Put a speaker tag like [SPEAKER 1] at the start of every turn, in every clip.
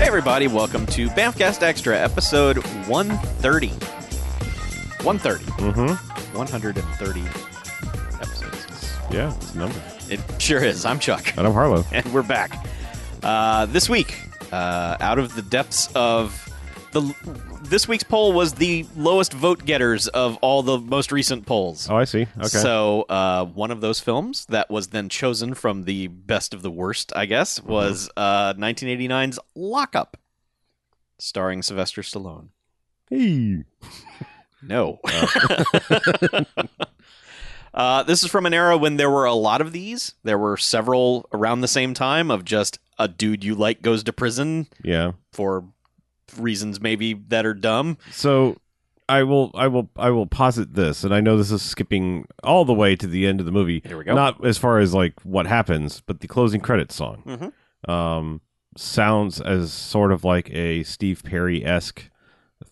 [SPEAKER 1] everybody. Welcome to Bamfcast Extra, episode 130. 130.
[SPEAKER 2] Mm-hmm.
[SPEAKER 1] 130 episodes.
[SPEAKER 2] Yeah, it's a number.
[SPEAKER 1] It sure is. I'm Chuck,
[SPEAKER 2] And I'm Harlow.
[SPEAKER 1] and we're back. Uh, this week, uh, out of the depths of the. This week's poll was the lowest vote getters of all the most recent polls.
[SPEAKER 2] Oh, I see. Okay.
[SPEAKER 1] So uh, one of those films that was then chosen from the best of the worst, I guess,
[SPEAKER 2] Mm-hmm.
[SPEAKER 1] was uh, 1989's Lockup, starring Sylvester Stallone.
[SPEAKER 2] hey.
[SPEAKER 1] No.
[SPEAKER 2] Oh.
[SPEAKER 1] uh, this is from an era when there were a lot of these. There were several around the same time of just a dude you like goes to prison
[SPEAKER 2] Yeah.
[SPEAKER 1] for reasons maybe that are dumb.
[SPEAKER 2] So I will I will I will posit this, and I know this is skipping all the way to the end of the movie.
[SPEAKER 1] Here we go.
[SPEAKER 2] Not as far as like what happens, but the closing credits song.
[SPEAKER 1] Mhm.
[SPEAKER 2] Um sounds as sort of like a Steve Perry esque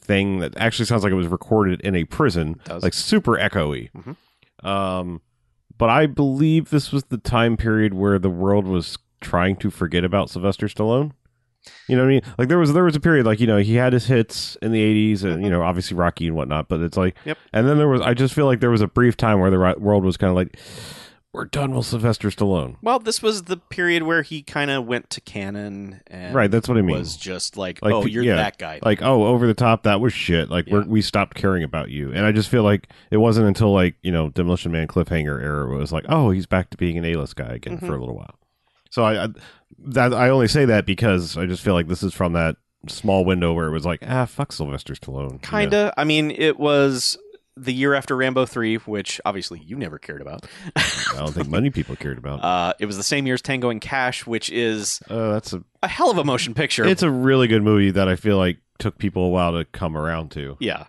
[SPEAKER 2] thing that actually sounds like it was recorded in a prison.
[SPEAKER 1] Does.
[SPEAKER 2] Like super echoey.
[SPEAKER 1] Mhm.
[SPEAKER 2] Um but I believe this was the time period where the world was trying to forget about Sylvester Stallone. You know what I mean? Like there was there was a period like you know he had his hits in the eighties and you know obviously Rocky and whatnot, but it's like
[SPEAKER 1] Yep.
[SPEAKER 2] And then there was I just feel like there was a brief time where the ri- world was kind of like we're done with Sylvester Stallone.
[SPEAKER 1] Well, this was the period where he kind of went to canon and
[SPEAKER 2] Right, that's what I mean.
[SPEAKER 1] was just like,
[SPEAKER 2] Like,
[SPEAKER 1] oh, you're
[SPEAKER 2] yeah,
[SPEAKER 1] that guy.
[SPEAKER 2] like oh over the top that was shit. Like we're,
[SPEAKER 1] Yeah.
[SPEAKER 2] we stopped caring about you, and I just feel like it wasn't until like you know Demolition Man cliffhanger era where it was like oh he's back to being an A list guy again
[SPEAKER 1] Mm-hmm.
[SPEAKER 2] for a little while. So I, I that I only say that because I just feel like this is from that small window where it was like ah fuck Sylvester Stallone you know?
[SPEAKER 1] kind of i mean it was the year after rambo 3 which obviously you never cared about
[SPEAKER 2] I don't think many people cared about.
[SPEAKER 1] uh, it was the same year as tango and cash which is
[SPEAKER 2] Uh, that's a
[SPEAKER 1] a hell of a motion picture
[SPEAKER 2] it's a really good movie that I feel like took people a while to come around to.
[SPEAKER 1] yeah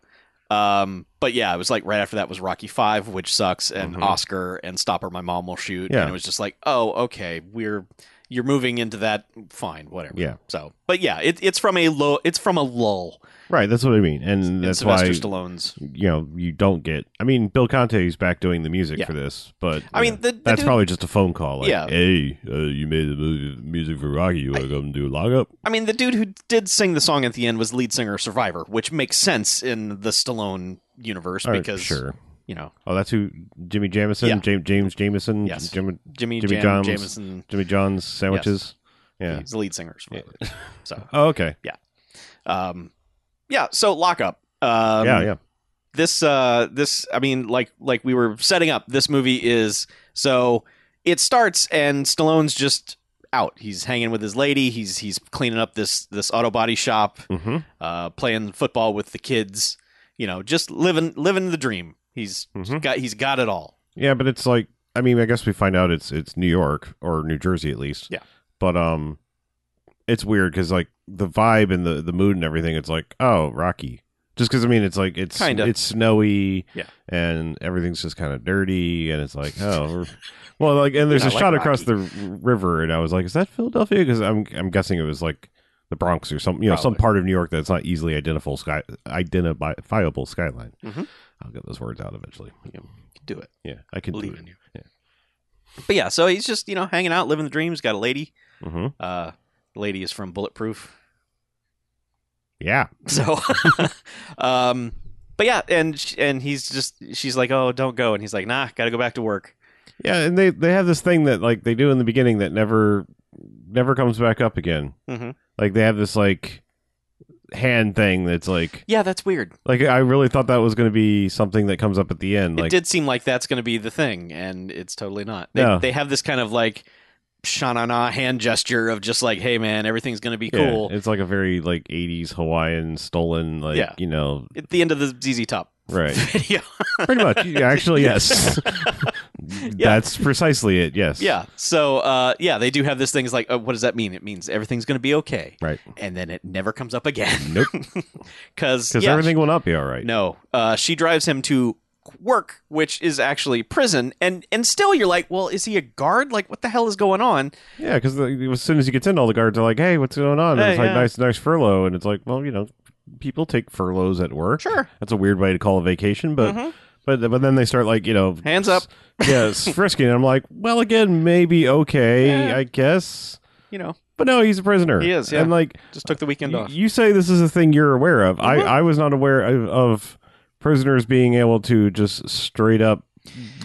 [SPEAKER 1] um, but yeah it was like right after that was rocky 5 which sucks and
[SPEAKER 2] Mhm.
[SPEAKER 1] oscar and stopper my mom will shoot
[SPEAKER 2] Yeah.
[SPEAKER 1] and it was just like oh okay we're you're moving into that fine whatever
[SPEAKER 2] Yeah.
[SPEAKER 1] so but yeah it, it's from a low it's from a lull
[SPEAKER 2] Right, that's what I mean, and
[SPEAKER 1] in
[SPEAKER 2] that's why
[SPEAKER 1] sylvester stallone's
[SPEAKER 2] you know you don't get. I mean, Bill Conte's back doing the music
[SPEAKER 1] Yeah.
[SPEAKER 2] for this, but
[SPEAKER 1] I
[SPEAKER 2] you
[SPEAKER 1] mean,
[SPEAKER 2] know,
[SPEAKER 1] the- the
[SPEAKER 2] that's
[SPEAKER 1] dude-
[SPEAKER 2] probably just a phone call. Like,
[SPEAKER 1] Yeah.
[SPEAKER 2] hey, uh, you made the movie, music for Rocky. You want to come do a log up?
[SPEAKER 1] I mean, the dude who did sing the song at the end was lead singer of Survivor, which makes sense in the Stallone universe
[SPEAKER 2] All right,
[SPEAKER 1] because
[SPEAKER 2] Oh, sure.
[SPEAKER 1] you know
[SPEAKER 2] Oh, that's who Jimmy Jamison,
[SPEAKER 1] Yeah.
[SPEAKER 2] James, James Jamison,
[SPEAKER 1] Yes.
[SPEAKER 2] Jimmy,
[SPEAKER 1] Jimmy,
[SPEAKER 2] Jimmy
[SPEAKER 1] Jam,
[SPEAKER 2] John's-
[SPEAKER 1] Jameson,
[SPEAKER 2] Jimmy John's sandwiches. Yeah.
[SPEAKER 1] he's the lead singer. Of Survivor. So,
[SPEAKER 2] Oh, okay.
[SPEAKER 1] um, yeah, so lock up. Um,
[SPEAKER 2] yeah, yeah.
[SPEAKER 1] This, uh, this, I mean, like, like we were setting up. This movie is so it starts and Stallone's just out. He's hanging with his lady. He's he's cleaning up this this auto body shop.
[SPEAKER 2] Mm-hmm.
[SPEAKER 1] uh, playing football with the kids. You know, just living living the dream. He's
[SPEAKER 2] Mhm.
[SPEAKER 1] got he's got it all.
[SPEAKER 2] Yeah, but it's like I mean, I guess we find out it's it's New York or New Jersey at least.
[SPEAKER 1] Yeah.
[SPEAKER 2] But um, it's weird because like the vibe and the the mood and everything. It's like oh, Rocky. Just because I mean, it's like it's
[SPEAKER 1] Kinda.
[SPEAKER 2] it's snowy.
[SPEAKER 1] Yeah.
[SPEAKER 2] And everything's just kind of dirty, and it's like oh. we're- Well, like, and there's
[SPEAKER 1] Yeah,
[SPEAKER 2] a
[SPEAKER 1] I like
[SPEAKER 2] shot across
[SPEAKER 1] Rocky.
[SPEAKER 2] the r- river, and I was like, "Is that Philadelphia?" Because I'm, I'm guessing it was like the Bronx or some, you know, some
[SPEAKER 1] Probably.
[SPEAKER 2] part of New York that's not easily identifiable sky, identifiable skyline.
[SPEAKER 1] Mhm.
[SPEAKER 2] I'll get those words out eventually.
[SPEAKER 1] Do it.
[SPEAKER 2] Yeah, I can
[SPEAKER 1] Believe
[SPEAKER 2] do
[SPEAKER 1] in you.
[SPEAKER 2] Yeah.
[SPEAKER 1] But yeah, so he's just you know hanging out, living the dream. He's got a lady.
[SPEAKER 2] it. hmm
[SPEAKER 1] Uh, the lady is from Bulletproof.
[SPEAKER 2] Yeah.
[SPEAKER 1] So, um, but yeah, and sh- and he's just she's like, oh, don't go, and he's like, nah, got to go back to work.
[SPEAKER 2] Yeah, and they they have this thing that like they do in the beginning that never never comes back up again.
[SPEAKER 1] Mhm.
[SPEAKER 2] Like they have this like hand thing that's like
[SPEAKER 1] Yeah, that's weird.
[SPEAKER 2] like I really thought that was going to be something that comes up at the end
[SPEAKER 1] it
[SPEAKER 2] like
[SPEAKER 1] did seem like that's going to be the thing, and it's totally not. They,
[SPEAKER 2] No.
[SPEAKER 1] they have this kind of like shanana hand gesture of just like, hey man, everything's going to be
[SPEAKER 2] Yeah,
[SPEAKER 1] cool.
[SPEAKER 2] it's like a very like 80s Hawaiian stolen like
[SPEAKER 1] Yeah.
[SPEAKER 2] you know
[SPEAKER 1] at the end of the ZZ Top
[SPEAKER 2] right.
[SPEAKER 1] video.
[SPEAKER 2] Pretty much. Yeah, actually yes. That's precisely it. Yes.
[SPEAKER 1] yeah. So, uh, yeah, they do have this thing. Is like, oh, what does that mean? It means everything's going to be okay,
[SPEAKER 2] Right.
[SPEAKER 1] and then it never comes up again.
[SPEAKER 2] Nope.
[SPEAKER 1] Because
[SPEAKER 2] Cuz everything will not be all right.
[SPEAKER 1] No, uh, she drives him to work, which is actually prison, and and still you're like, well, is he a guard? Like, what the hell is going on?
[SPEAKER 2] Yeah, because as soon as he gets in, all the guards are like, "Hey, what's going on?" and
[SPEAKER 1] Hey,
[SPEAKER 2] it's like
[SPEAKER 1] yeah.
[SPEAKER 2] nice, nice furlough, and it's like, well, you know, people take furloughs at work.
[SPEAKER 1] Sure.
[SPEAKER 2] that's a weird way to call a vacation, but
[SPEAKER 1] Mhm.
[SPEAKER 2] but but then they start like, you know,
[SPEAKER 1] Hands up.
[SPEAKER 2] s- yeah, s- frisking. and I'm like, well, again, maybe okay,
[SPEAKER 1] Yeah.
[SPEAKER 2] I guess.
[SPEAKER 1] You know,
[SPEAKER 2] But no, he's a prisoner.
[SPEAKER 1] He is, yeah.
[SPEAKER 2] And like
[SPEAKER 1] Just took the weekend
[SPEAKER 2] you,
[SPEAKER 1] off.
[SPEAKER 2] you say this is a thing you're aware of. I,
[SPEAKER 1] Mm-hmm.
[SPEAKER 2] I was not aware of, of prisoners being able to just straight up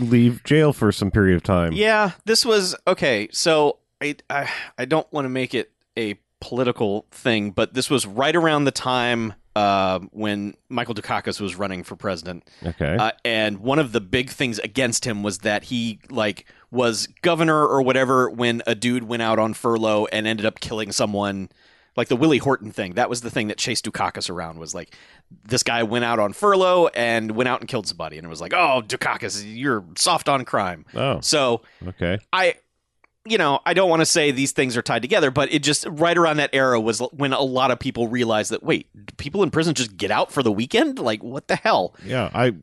[SPEAKER 2] leave jail for some period of time.
[SPEAKER 1] Yeah, this was okay. So I I, I don't want to make it a political thing, but this was right around the time uh, when Michael Dukakis was running for president,
[SPEAKER 2] Okay.
[SPEAKER 1] uh, and one of the big things against him was that he like was governor or whatever when a dude went out on furlough and ended up killing someone. Like the Willie Horton thing, that was the thing that chased Dukakis around. Was like, this guy went out on furlough and went out and killed somebody, and it was like, oh, Dukakis, you're soft on crime.
[SPEAKER 2] oh,
[SPEAKER 1] So
[SPEAKER 2] okay.
[SPEAKER 1] I you know, I don't want to say these things are tied together, but it just right around that era was l- when a lot of people realized that wait, do people in prison just get out for the weekend? Like what the hell?
[SPEAKER 2] Yeah, I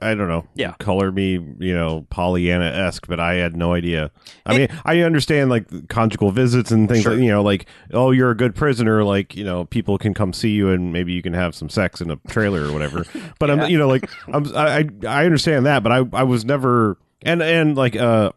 [SPEAKER 2] I don't know.
[SPEAKER 1] Yeah.
[SPEAKER 2] Color me, you know, Pollyanna esque, but I had no idea. I mean, I understand like conjugal visits and things
[SPEAKER 1] Sure.
[SPEAKER 2] like you know, like, oh, you're a good prisoner, like, you know, people can come see you and maybe you can have some sex in a trailer or whatever. But
[SPEAKER 1] Yeah.
[SPEAKER 2] I'm you know, like I'm I I I understand that, but I I was never and and like uh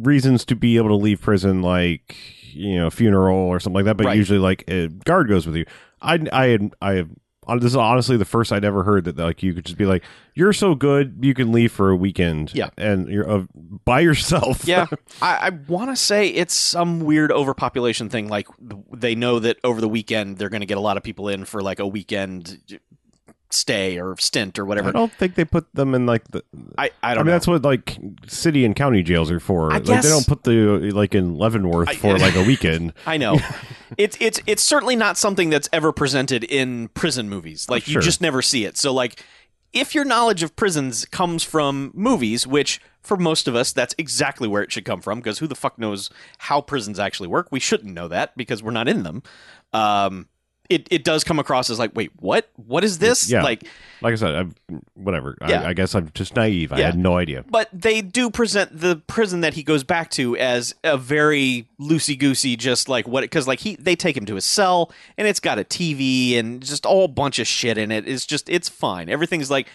[SPEAKER 2] reasons to be able to leave prison like you know funeral or something like that but
[SPEAKER 1] Right.
[SPEAKER 2] usually like a guard goes with you i i had i have hon- this is honestly the first i'd ever heard that like you could just be like you're so good you can leave for a weekend
[SPEAKER 1] Yeah.
[SPEAKER 2] and you're uh, by yourself
[SPEAKER 1] Yeah, I, I want to say it's some weird overpopulation thing. Like th- they know that over the weekend they're going to get a lot of people in for like a weekend uh, stay or stint or
[SPEAKER 2] i
[SPEAKER 1] whatever.
[SPEAKER 2] don't think they put them in like the
[SPEAKER 1] I, I
[SPEAKER 2] I,
[SPEAKER 1] don't
[SPEAKER 2] mean
[SPEAKER 1] know.
[SPEAKER 2] that's what like city and county jails are for.
[SPEAKER 1] I
[SPEAKER 2] like
[SPEAKER 1] guess-
[SPEAKER 2] they don't put the like in Leavenworth
[SPEAKER 1] I-
[SPEAKER 2] for like a weekend.
[SPEAKER 1] I know. it's it's it's certainly not something that's ever presented in prison movies. Like
[SPEAKER 2] sure.
[SPEAKER 1] you just never see it. So like if your knowledge of prisons comes from movies, which for most of us that's exactly where it should come from because who the fuck knows how prisons actually work? We shouldn't know that because we're not in them. Um it, it does come across as like, wait, what? What is this?
[SPEAKER 2] Yeah.
[SPEAKER 1] Like
[SPEAKER 2] Like I said, I'm, whatever.
[SPEAKER 1] Yeah.
[SPEAKER 2] I, I guess I'm just naive. I
[SPEAKER 1] Yeah.
[SPEAKER 2] had no idea.
[SPEAKER 1] but they do present the prison that he goes back to as a very loosey goosey, just like what because like he they take him to his cell and it's got a TV and just all bunch of shit in it. It's just it's fine. Everything's like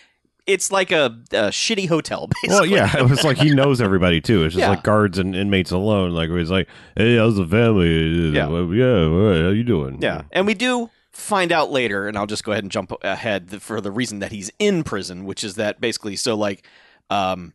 [SPEAKER 1] it's like a, a shitty hotel. Basically.
[SPEAKER 2] Well, yeah, it was like he knows everybody too. It's just
[SPEAKER 1] Yeah.
[SPEAKER 2] like guards and inmates alone. Like he's like, "Hey, how's the family?
[SPEAKER 1] Yeah.
[SPEAKER 2] Yeah, yeah, what- how you doing?
[SPEAKER 1] Yeah, and we do find out later, and I'll just go ahead and jump ahead th- for the reason that he's in prison, which is that basically, so like, um,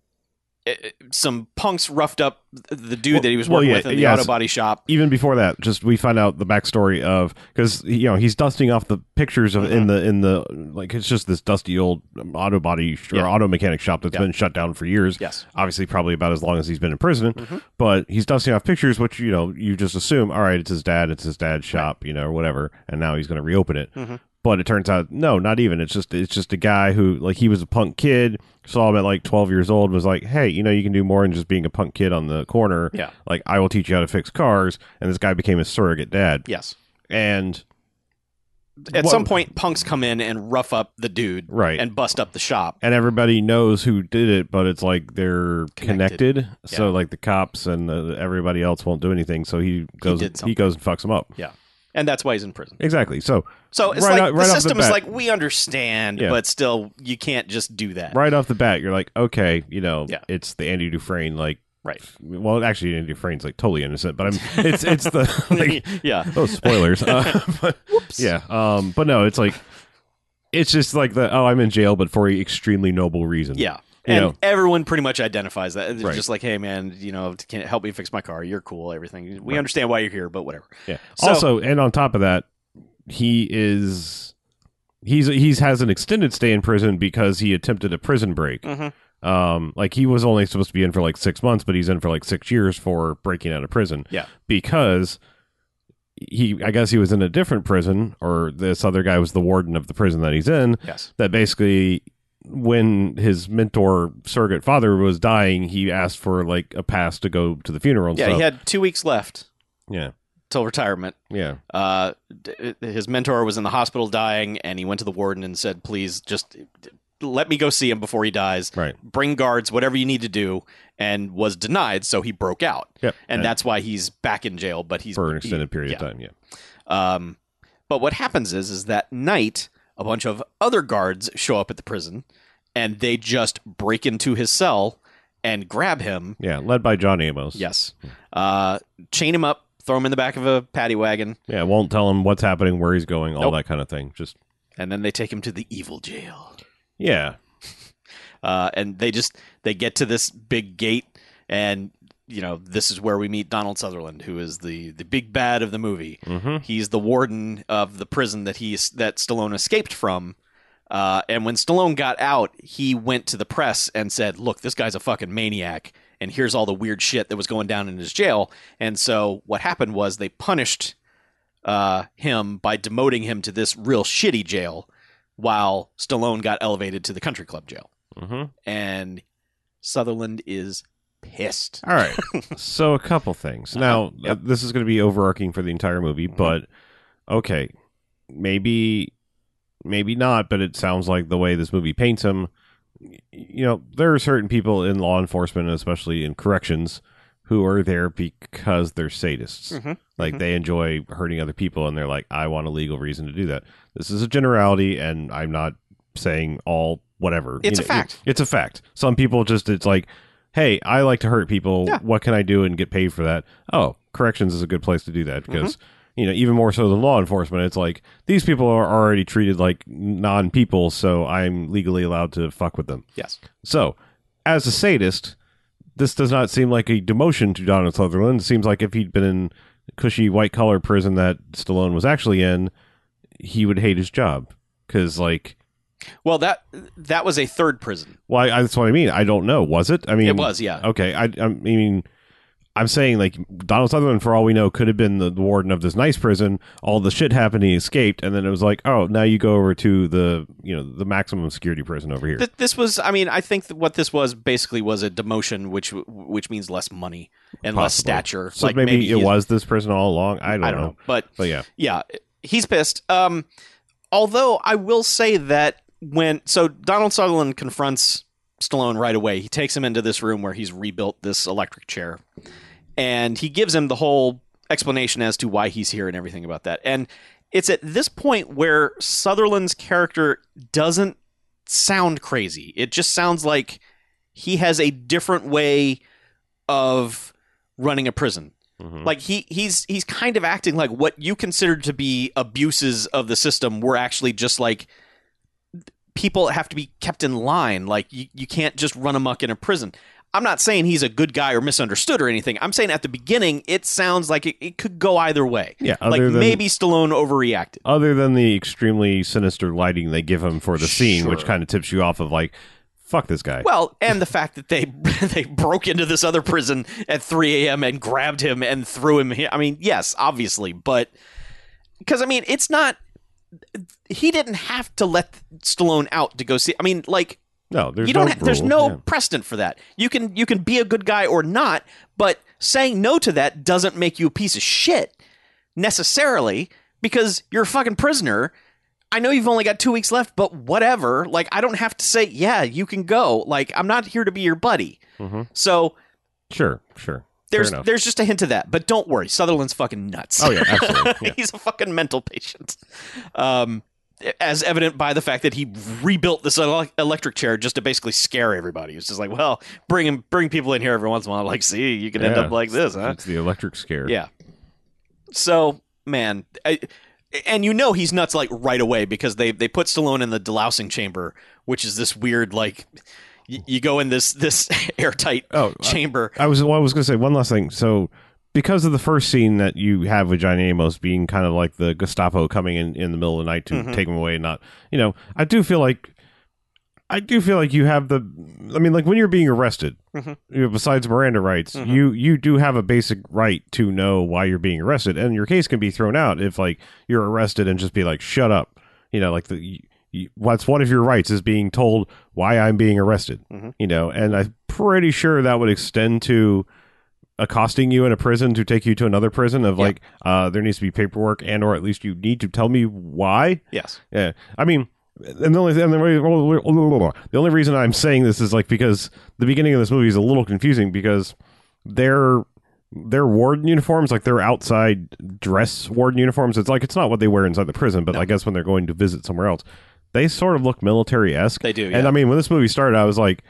[SPEAKER 1] i- i- some punks roughed up th- the dude
[SPEAKER 2] Well-
[SPEAKER 1] that he was
[SPEAKER 2] well,
[SPEAKER 1] working
[SPEAKER 2] yeah,
[SPEAKER 1] with in the
[SPEAKER 2] yeah,
[SPEAKER 1] auto
[SPEAKER 2] so-
[SPEAKER 1] body shop.
[SPEAKER 2] Even before that, just we find out the backstory of because you know he's dusting off the pictures of
[SPEAKER 1] Mm-hmm.
[SPEAKER 2] in the in the like it's just this dusty old auto body sh- or
[SPEAKER 1] Yeah.
[SPEAKER 2] auto mechanic shop that's
[SPEAKER 1] Yeah.
[SPEAKER 2] been shut down for years.
[SPEAKER 1] Yes.
[SPEAKER 2] obviously probably about as long as he's been in prison.
[SPEAKER 1] Mm-hmm.
[SPEAKER 2] But he's dusting off pictures, which you know you just assume, all right, it's his dad, it's his dad's shop, you know, or whatever, and now he's going to reopen it.
[SPEAKER 1] Mm-hmm.
[SPEAKER 2] But it turns out, no, not even. It's just it's just a guy who like he was a punk kid, saw him at like twelve years old, was like, hey, you know, you can do more than just being a punk kid on the corner.
[SPEAKER 1] Yeah.
[SPEAKER 2] like I will teach you how to fix cars, and this guy became his surrogate dad,
[SPEAKER 1] Yes.
[SPEAKER 2] and
[SPEAKER 1] at
[SPEAKER 2] What-
[SPEAKER 1] some point punks come in and rough up the dude
[SPEAKER 2] Right.
[SPEAKER 1] and bust up the shop
[SPEAKER 2] and everybody knows who did it, but it's like they're
[SPEAKER 1] Connected.
[SPEAKER 2] connected.
[SPEAKER 1] Yeah.
[SPEAKER 2] So like the cops and uh, everybody else won't do anything. So he goes.
[SPEAKER 1] did
[SPEAKER 2] He, goes and fucks them up.
[SPEAKER 1] yeah and that's why he's in prison
[SPEAKER 2] Exactly. So
[SPEAKER 1] so it's
[SPEAKER 2] Right
[SPEAKER 1] like
[SPEAKER 2] out- right
[SPEAKER 1] the
[SPEAKER 2] off the
[SPEAKER 1] system is
[SPEAKER 2] bat.
[SPEAKER 1] like we understand
[SPEAKER 2] Yeah.
[SPEAKER 1] but still you can't just do that
[SPEAKER 2] right off the bat, you're like, okay, you know,
[SPEAKER 1] Yeah.
[SPEAKER 2] it's the Andy Dufresne. Like,
[SPEAKER 1] right
[SPEAKER 2] well, actually, Andy Dufresne's like totally innocent, but I'm. It's it's the like
[SPEAKER 1] yeah
[SPEAKER 2] oh spoilers. Uh, but,
[SPEAKER 1] Whoops.
[SPEAKER 2] Yeah. Um. But no, it's like it's just like the oh I'm in jail, but for an extremely noble reason.
[SPEAKER 1] yeah
[SPEAKER 2] You
[SPEAKER 1] and
[SPEAKER 2] know.
[SPEAKER 1] everyone pretty much identifies that It's
[SPEAKER 2] Right.
[SPEAKER 1] just like hey man you know can you help me fix my car you're cool everything we understand why you're here but whatever
[SPEAKER 2] Yeah.
[SPEAKER 1] So-
[SPEAKER 2] also, and on top of that, he is he's he's has an extended stay in prison because he attempted a prison break.
[SPEAKER 1] Mhm.
[SPEAKER 2] Um, like he was only supposed to be in for like six months, but he's in for like six years for breaking out of prison.
[SPEAKER 1] Yeah.
[SPEAKER 2] because he, I guess he was in a different prison, or this other guy was the warden of the prison that he's in.
[SPEAKER 1] yes
[SPEAKER 2] That basically, when his mentor surrogate father was dying, he asked for like a pass to go to the funeral. And
[SPEAKER 1] yeah
[SPEAKER 2] stuff.
[SPEAKER 1] he had two weeks left
[SPEAKER 2] yeah,
[SPEAKER 1] till retirement
[SPEAKER 2] yeah.
[SPEAKER 1] uh, d- his mentor was in the hospital dying, and he went to the warden and said, "Please, just let me go see him before he dies.
[SPEAKER 2] Right.
[SPEAKER 1] Bring guards, whatever you need to do." And was denied, so he broke out,
[SPEAKER 2] Yep.
[SPEAKER 1] and, that's why he's back in jail. But he's
[SPEAKER 2] for an extended period
[SPEAKER 1] yeah.
[SPEAKER 2] of time. Yeah.
[SPEAKER 1] Um, but what happens is, is that night, a bunch of other guards show up at the prison, and they just break into his cell and grab him.
[SPEAKER 2] Yeah, led by John Amos.
[SPEAKER 1] Yes, uh, chain him up, throw him in the back of a paddy wagon,
[SPEAKER 2] Yeah, won't tell him what's happening, where he's going, all
[SPEAKER 1] Nope.
[SPEAKER 2] that kind of thing. Just
[SPEAKER 1] and then they take him to the evil jail.
[SPEAKER 2] yeah,
[SPEAKER 1] uh, and they just they get to this big gate and you know this is where we meet donald sutherland who is the the big bad of the movie
[SPEAKER 2] mm-hmm.
[SPEAKER 1] he's the warden of the prison that he that stallone escaped from uh, and when stallone got out he went to the press and said look this guy's a fucking maniac and here's all the weird shit that was going down in his jail and so what happened was they punished uh, him by demoting him to this real shitty jail while stallone got elevated to the country club jail
[SPEAKER 2] Mm-hmm.
[SPEAKER 1] and Sutherland is pissed.
[SPEAKER 2] All right. so a couple things.
[SPEAKER 1] Uh-huh.
[SPEAKER 2] Now
[SPEAKER 1] Yep. Mm-hmm.
[SPEAKER 2] uh, this is going to be overarching for the entire movie, but okay, maybe, maybe not. But it sounds like the way this movie paints him. y- You know, there are certain people in law enforcement, especially in corrections, who are there because they're sadists.
[SPEAKER 1] Mhm.
[SPEAKER 2] Like
[SPEAKER 1] Mhm.
[SPEAKER 2] they enjoy hurting other people, and they're like, I want a legal reason to do that. This is a generality, and I'm not saying all whatever.
[SPEAKER 1] It's
[SPEAKER 2] You
[SPEAKER 1] a
[SPEAKER 2] know,
[SPEAKER 1] fact.
[SPEAKER 2] It's a fact. Some people just it's like, hey, I like to hurt people.
[SPEAKER 1] Yeah.
[SPEAKER 2] What can I do and get paid for that? Oh, corrections is a good place to do that because
[SPEAKER 1] Mm-hmm.
[SPEAKER 2] you know even more so than law enforcement, it's like these people are already treated like non people, so I'm legally allowed to fuck with them.
[SPEAKER 1] Yes.
[SPEAKER 2] So, as a sadist, this does not seem like a demotion to Donald Sutherland. It seems like if he'd been in cushy white collar prison that Stallone was actually in, he would hate his job because, like,
[SPEAKER 1] Well, that that was a third prison.
[SPEAKER 2] why? I that's what I mean. I don't know. Was it? I mean,
[SPEAKER 1] it was, yeah.
[SPEAKER 2] Okay, I, I mean, I'm saying like Donald Sutherland, for all we know, could have been the warden of this nice prison. All the shit happened, he escaped, and then it was like, oh, now you go over to the you know the maximum security prison over here.
[SPEAKER 1] Th- this was, I mean, I think that what this was basically was a demotion, which which means less money and less
[SPEAKER 2] Possibly.
[SPEAKER 1] stature.
[SPEAKER 2] so maybe, it
[SPEAKER 1] he's-
[SPEAKER 2] was this prison all along. I don't,
[SPEAKER 1] I don't
[SPEAKER 2] know.
[SPEAKER 1] know, but
[SPEAKER 2] But yeah,
[SPEAKER 1] yeah, he's pissed. Um, although I will say that when so Donald Sutherland confronts Stallone right away, he takes him into this room where he's rebuilt this electric chair, and he gives him the whole explanation as to why he's here and everything about that. And it's at this point where Sutherland's character doesn't sound crazy. It just sounds like he has a different way of running a prison
[SPEAKER 2] Mhm.
[SPEAKER 1] like he he's he's kind of acting like what you consider to be abuses of the system were actually just like people have to be kept in line like you, you can't just run amok in a prison i'm not saying he's a good guy or misunderstood or anything i'm saying at the beginning it sounds like it, it could go either way
[SPEAKER 2] yeah.
[SPEAKER 1] like
[SPEAKER 2] Other than
[SPEAKER 1] maybe stallone overreacted
[SPEAKER 2] other than the extremely sinister lighting they give him for the scene, which
[SPEAKER 1] Sure.
[SPEAKER 2] kind of tips you off of like, fuck this guy.
[SPEAKER 1] well and the fact that they they broke into this other prison at 3 a.m and grabbed him and threw him here i mean yes obviously but because i mean it's not he didn't have to let Stallone out to go see. I mean, like
[SPEAKER 2] no, there's
[SPEAKER 1] you don't.
[SPEAKER 2] no
[SPEAKER 1] ha- there's
[SPEAKER 2] rule.
[SPEAKER 1] no
[SPEAKER 2] Yeah.
[SPEAKER 1] precedent for that. You can you can be a good guy or not, but saying no to that doesn't make you a piece of shit necessarily because you're a fucking prisoner. I know you've only got two weeks left, but whatever. Like I don't have to say yeah, you can go. Like I'm not here to be your buddy.
[SPEAKER 2] Mhm.
[SPEAKER 1] So
[SPEAKER 2] Sure, sure. Fair
[SPEAKER 1] there's
[SPEAKER 2] enough.
[SPEAKER 1] there's just a hint of that, but don't worry, Sutherland's fucking nuts.
[SPEAKER 2] Oh yeah, absolutely. Yeah.
[SPEAKER 1] He's a fucking mental patient. Um, as evident by the fact that he rebuilt this ele- electric chair just to basically scare everybody. It's just like, well, bring him, bring people in here every once in a while. Like, see, you can end
[SPEAKER 2] Yeah.
[SPEAKER 1] up like this, huh?
[SPEAKER 2] It's the electric scare.
[SPEAKER 1] Yeah. So, man, I, and you know he's nuts like right away because they they put Stallone in the delousing chamber, which is this weird like. y- You go in this this airtight
[SPEAKER 2] Oh, I,
[SPEAKER 1] chamber.
[SPEAKER 2] I was. Well, I was going to say one last thing. So, because of the first scene that you have with Johnny Amos being kind of like the Gestapo coming in in the middle of the night to
[SPEAKER 1] Mhm.
[SPEAKER 2] take him away, and not you know, I do feel like. I do feel like you have the, I mean, like when you're being arrested,
[SPEAKER 1] Mhm.
[SPEAKER 2] you know, besides Miranda rights,
[SPEAKER 1] Mhm.
[SPEAKER 2] you you do have a basic right to know why you're being arrested, and your case can be thrown out if like you're arrested and just be like, shut up, you know, like the you, you, what's one of your rights is being told why I'm being arrested,
[SPEAKER 1] Mhm.
[SPEAKER 2] you know, and I'm pretty sure that would extend to accosting you in a prison to take you to another prison of
[SPEAKER 1] Yeah.
[SPEAKER 2] like uh there needs to be paperwork and or at least you need to tell me why
[SPEAKER 1] Yes.
[SPEAKER 2] yeah, I mean, and the only and the, re- the only reason I'm saying this is like because the beginning of this movie is a little confusing because their their warden uniforms, like their outside dress warden uniforms, it's like it's not what they wear inside the prison, but I guess when they're going to visit somewhere else, they sort of look military esque.
[SPEAKER 1] They do,
[SPEAKER 2] And
[SPEAKER 1] yeah.
[SPEAKER 2] I mean, when this movie started, I was like.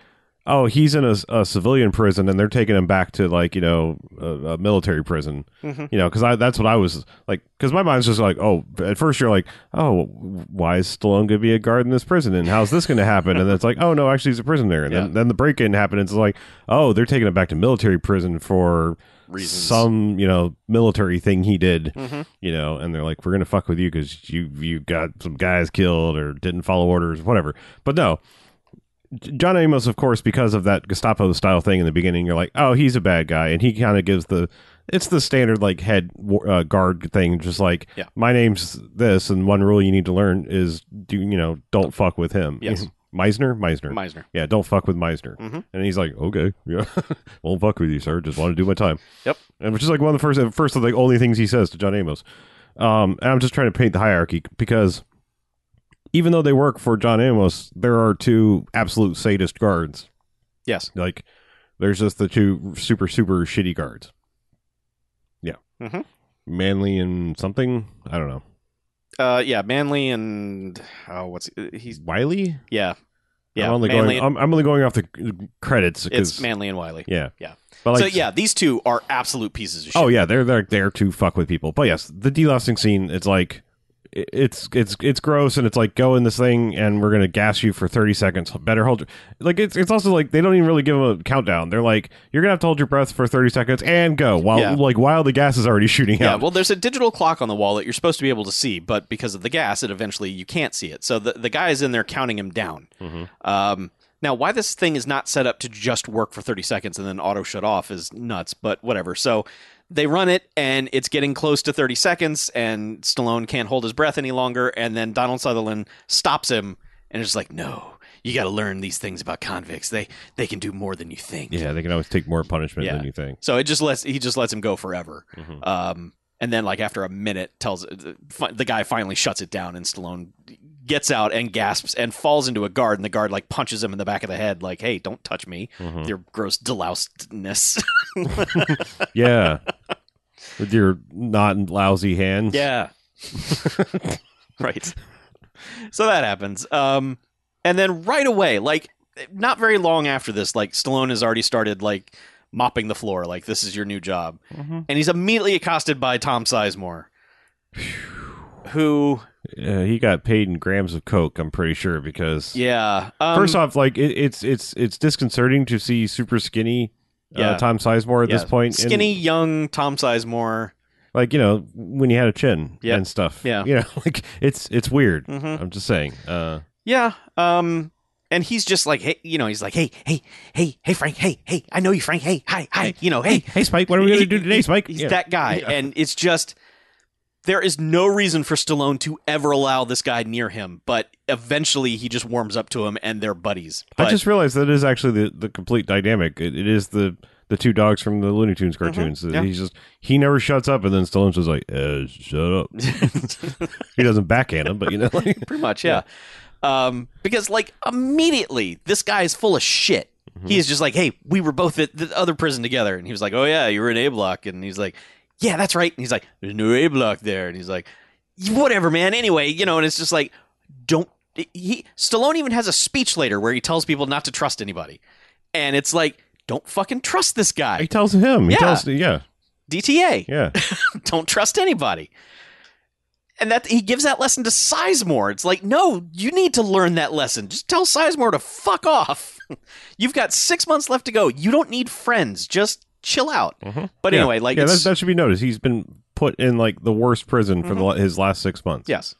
[SPEAKER 2] oh, he's in a, a civilian prison and they're taking him back to like you know a, a military prison.
[SPEAKER 1] Mhm.
[SPEAKER 2] You know, because I that's what I was like. Because my mind's just like, oh, at first you're like, oh, why is Stallone gonna be a guard in this prison and how's this gonna happen? and then it's like, oh no, actually he's a prisoner. And
[SPEAKER 1] Yeah.
[SPEAKER 2] then, then the break in happened. And it's like, oh, they're taking him back to military prison for
[SPEAKER 1] Reasons.
[SPEAKER 2] some you know military thing he did
[SPEAKER 1] Mhm.
[SPEAKER 2] you know and they're like we're gonna fuck with you because you you got some guys killed or didn't follow orders whatever but no J- john amos of course because of that gestapo style thing in the beginning you're like oh he's a bad guy and he kind of gives the it's the standard like head war- uh, guard thing just like
[SPEAKER 1] Yeah.
[SPEAKER 2] my name's this and one rule you need to learn is do you know don't fuck with him
[SPEAKER 1] Yes.
[SPEAKER 2] meisner meisner
[SPEAKER 1] Mm-hmm. Meisner.
[SPEAKER 2] yeah, don't fuck with Meisner.
[SPEAKER 1] Mhm.
[SPEAKER 2] And he's like, okay, yeah, won't fuck with you, sir. Just want to do my time.
[SPEAKER 1] Yep.
[SPEAKER 2] And which is like one of the first, first of the only things he says to John Amos. Um, and I'm just trying to paint the hierarchy because even though they work for John Amos, there are two absolute sadist guards.
[SPEAKER 1] Yes.
[SPEAKER 2] Like, there's just the two super, super shitty guards. Yeah.
[SPEAKER 1] Mhm.
[SPEAKER 2] Manly and something. I don't know.
[SPEAKER 1] Uh, yeah, Manly and oh, what's uh, he's
[SPEAKER 2] Wiley?
[SPEAKER 1] yeah, yeah,
[SPEAKER 2] I'm only,
[SPEAKER 1] Manly.
[SPEAKER 2] going, I'm, I'm only going off the credits. 'cause-
[SPEAKER 1] it's Manly and Wiley.
[SPEAKER 2] Yeah.
[SPEAKER 1] Yeah.
[SPEAKER 2] But
[SPEAKER 1] so yeah, these two are absolute pieces of shit.
[SPEAKER 2] Oh yeah, they're they're there to fuck with people. But yes, the delousing scene, it's like it- it's it's it's gross and it's like go in this thing and we're gonna gas you for 30 seconds better hold your, like it's it's also like they don't even really give them a countdown they're like you're gonna have to hold your breath for 30 seconds and go while
[SPEAKER 1] Yeah.
[SPEAKER 2] like while the gas is already shooting
[SPEAKER 1] Yeah,
[SPEAKER 2] out
[SPEAKER 1] well, there's a digital clock on the wall that you're supposed to be able to see, but because of the gas, it eventually you can't see it. So the, the guy is in there counting him down. Um, now, why this thing is not set up to just work for 30 seconds and then auto shut off is nuts, but whatever. So they run it, and it's getting close to 30 seconds, and Stallone can't hold his breath any longer, and then Donald Sutherland stops him and is like, no. You got to learn these things about convicts. They they can do more than you think.
[SPEAKER 2] yeah they can always take more punishment
[SPEAKER 1] Yeah.
[SPEAKER 2] than you think
[SPEAKER 1] So it just lets he just lets him go forever.
[SPEAKER 2] Mhm.
[SPEAKER 1] Um, and then like after a minute, tells fi- the guy finally shuts it down, and Stallone gets out and gasps and falls into a guard, and the guard like punches him in the back of the head, like, "Hey, don't touch me,
[SPEAKER 2] Mhm.
[SPEAKER 1] your gross delousedness."
[SPEAKER 2] yeah with your not lousy hands
[SPEAKER 1] yeah, right. So that happens. Um, and then right away, like not very long after this, like Stallone has already started like mopping the floor, like this is your new job.
[SPEAKER 2] Mhm.
[SPEAKER 1] and he's immediately accosted by Tom Sizemore, who,
[SPEAKER 2] Uh, he got paid in grams of coke i'm pretty sure because
[SPEAKER 1] yeah, um,
[SPEAKER 2] First off, like it, it's it's it's disconcerting to see super skinny
[SPEAKER 1] Yeah.
[SPEAKER 2] uh, Tom Sizemore at
[SPEAKER 1] yeah,
[SPEAKER 2] this point. and,
[SPEAKER 1] skinny young Tom Sizemore.
[SPEAKER 2] like you know when he had a chin
[SPEAKER 1] Yeah.
[SPEAKER 2] and stuff.
[SPEAKER 1] Yeah.
[SPEAKER 2] you know, like it's it's weird.
[SPEAKER 1] hmm
[SPEAKER 2] I'm just saying. Uh,
[SPEAKER 1] Yeah, um, and he's just like, hey, you know, he's like, hey, hey, hey, hey, Frank, hey, hey, I know you, Frank, hey, hi, hi, you know, hey,
[SPEAKER 2] hey Spike, what are we gonna do today, Spike?
[SPEAKER 1] He's
[SPEAKER 2] Yeah.
[SPEAKER 1] that guy,
[SPEAKER 2] Yeah.
[SPEAKER 1] and it's just there is no reason for Stallone to ever allow this guy near him, but eventually he just warms up to him, and they're buddies. But
[SPEAKER 2] I just realized that is actually the, the complete dynamic. It, it is the the two dogs from the Looney Tunes cartoons.
[SPEAKER 1] Mm-hmm. Yeah.
[SPEAKER 2] He's just he never shuts up, and then Stallone's just like, uh, "Shut up." He doesn't backhand him, but you know, like,
[SPEAKER 1] pretty much yeah, Um, because like immediately this guy is full of shit he is just like hey we were both at the other prison together and he was like oh yeah you were in a block and he's like yeah that's right and he's like there's no a block there and he's like "Y- whatever man anyway you know and it's just like don't he stallone even has a speech later where he tells people not to trust anybody and it's like don't fucking trust this
[SPEAKER 2] he
[SPEAKER 1] guy
[SPEAKER 2] tells him. He
[SPEAKER 1] Yeah.
[SPEAKER 2] tells, yeah,
[SPEAKER 1] dta
[SPEAKER 2] yeah.
[SPEAKER 1] don't trust anybody. And that he gives that lesson to Sizemore. It's like, no, you need to learn that lesson. Just tell Sizemore to fuck off. You've got six months left to go. You don't need friends. Just chill out.
[SPEAKER 2] Mhm.
[SPEAKER 1] But
[SPEAKER 2] Yeah.
[SPEAKER 1] anyway, like,
[SPEAKER 2] yeah, that,
[SPEAKER 1] it's- Mm-hmm.
[SPEAKER 2] that should be noticed. He's been put in like the worst prison for the, la- his last six months.
[SPEAKER 1] yes.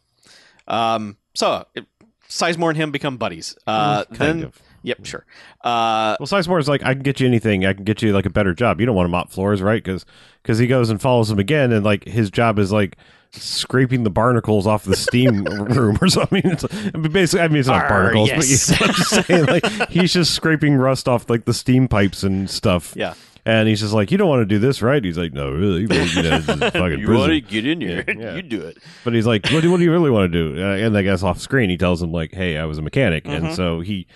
[SPEAKER 1] Um, so it, Sizemore and him become buddies. Uh,
[SPEAKER 2] Mm, kind
[SPEAKER 1] then,
[SPEAKER 2] of.
[SPEAKER 1] yep, sure. Uh,
[SPEAKER 2] Well, Sizemore's like, I can get you anything. I can get you like a better job. You don't want to mop floors, right? Because he goes and follows him again, and like his job is like scraping the barnacles off the steam room or something. It's, I mean, basically, I mean, it's not
[SPEAKER 1] Arr,
[SPEAKER 2] barnacles,
[SPEAKER 1] yes.
[SPEAKER 2] but you know what I'm saying? Like he's just scraping rust off like the steam pipes and stuff.
[SPEAKER 1] yeah.
[SPEAKER 2] And he's just like, you don't want to do this, right? He's like, no, really, but, you know, this is fucking prison.
[SPEAKER 1] get in
[SPEAKER 2] here? Yeah. You
[SPEAKER 1] do it.
[SPEAKER 2] But he's like, what do, what do you really want to do? Uh, and I guess off screen, he tells him, like, hey, I was a mechanic.
[SPEAKER 1] Mhm.
[SPEAKER 2] And so he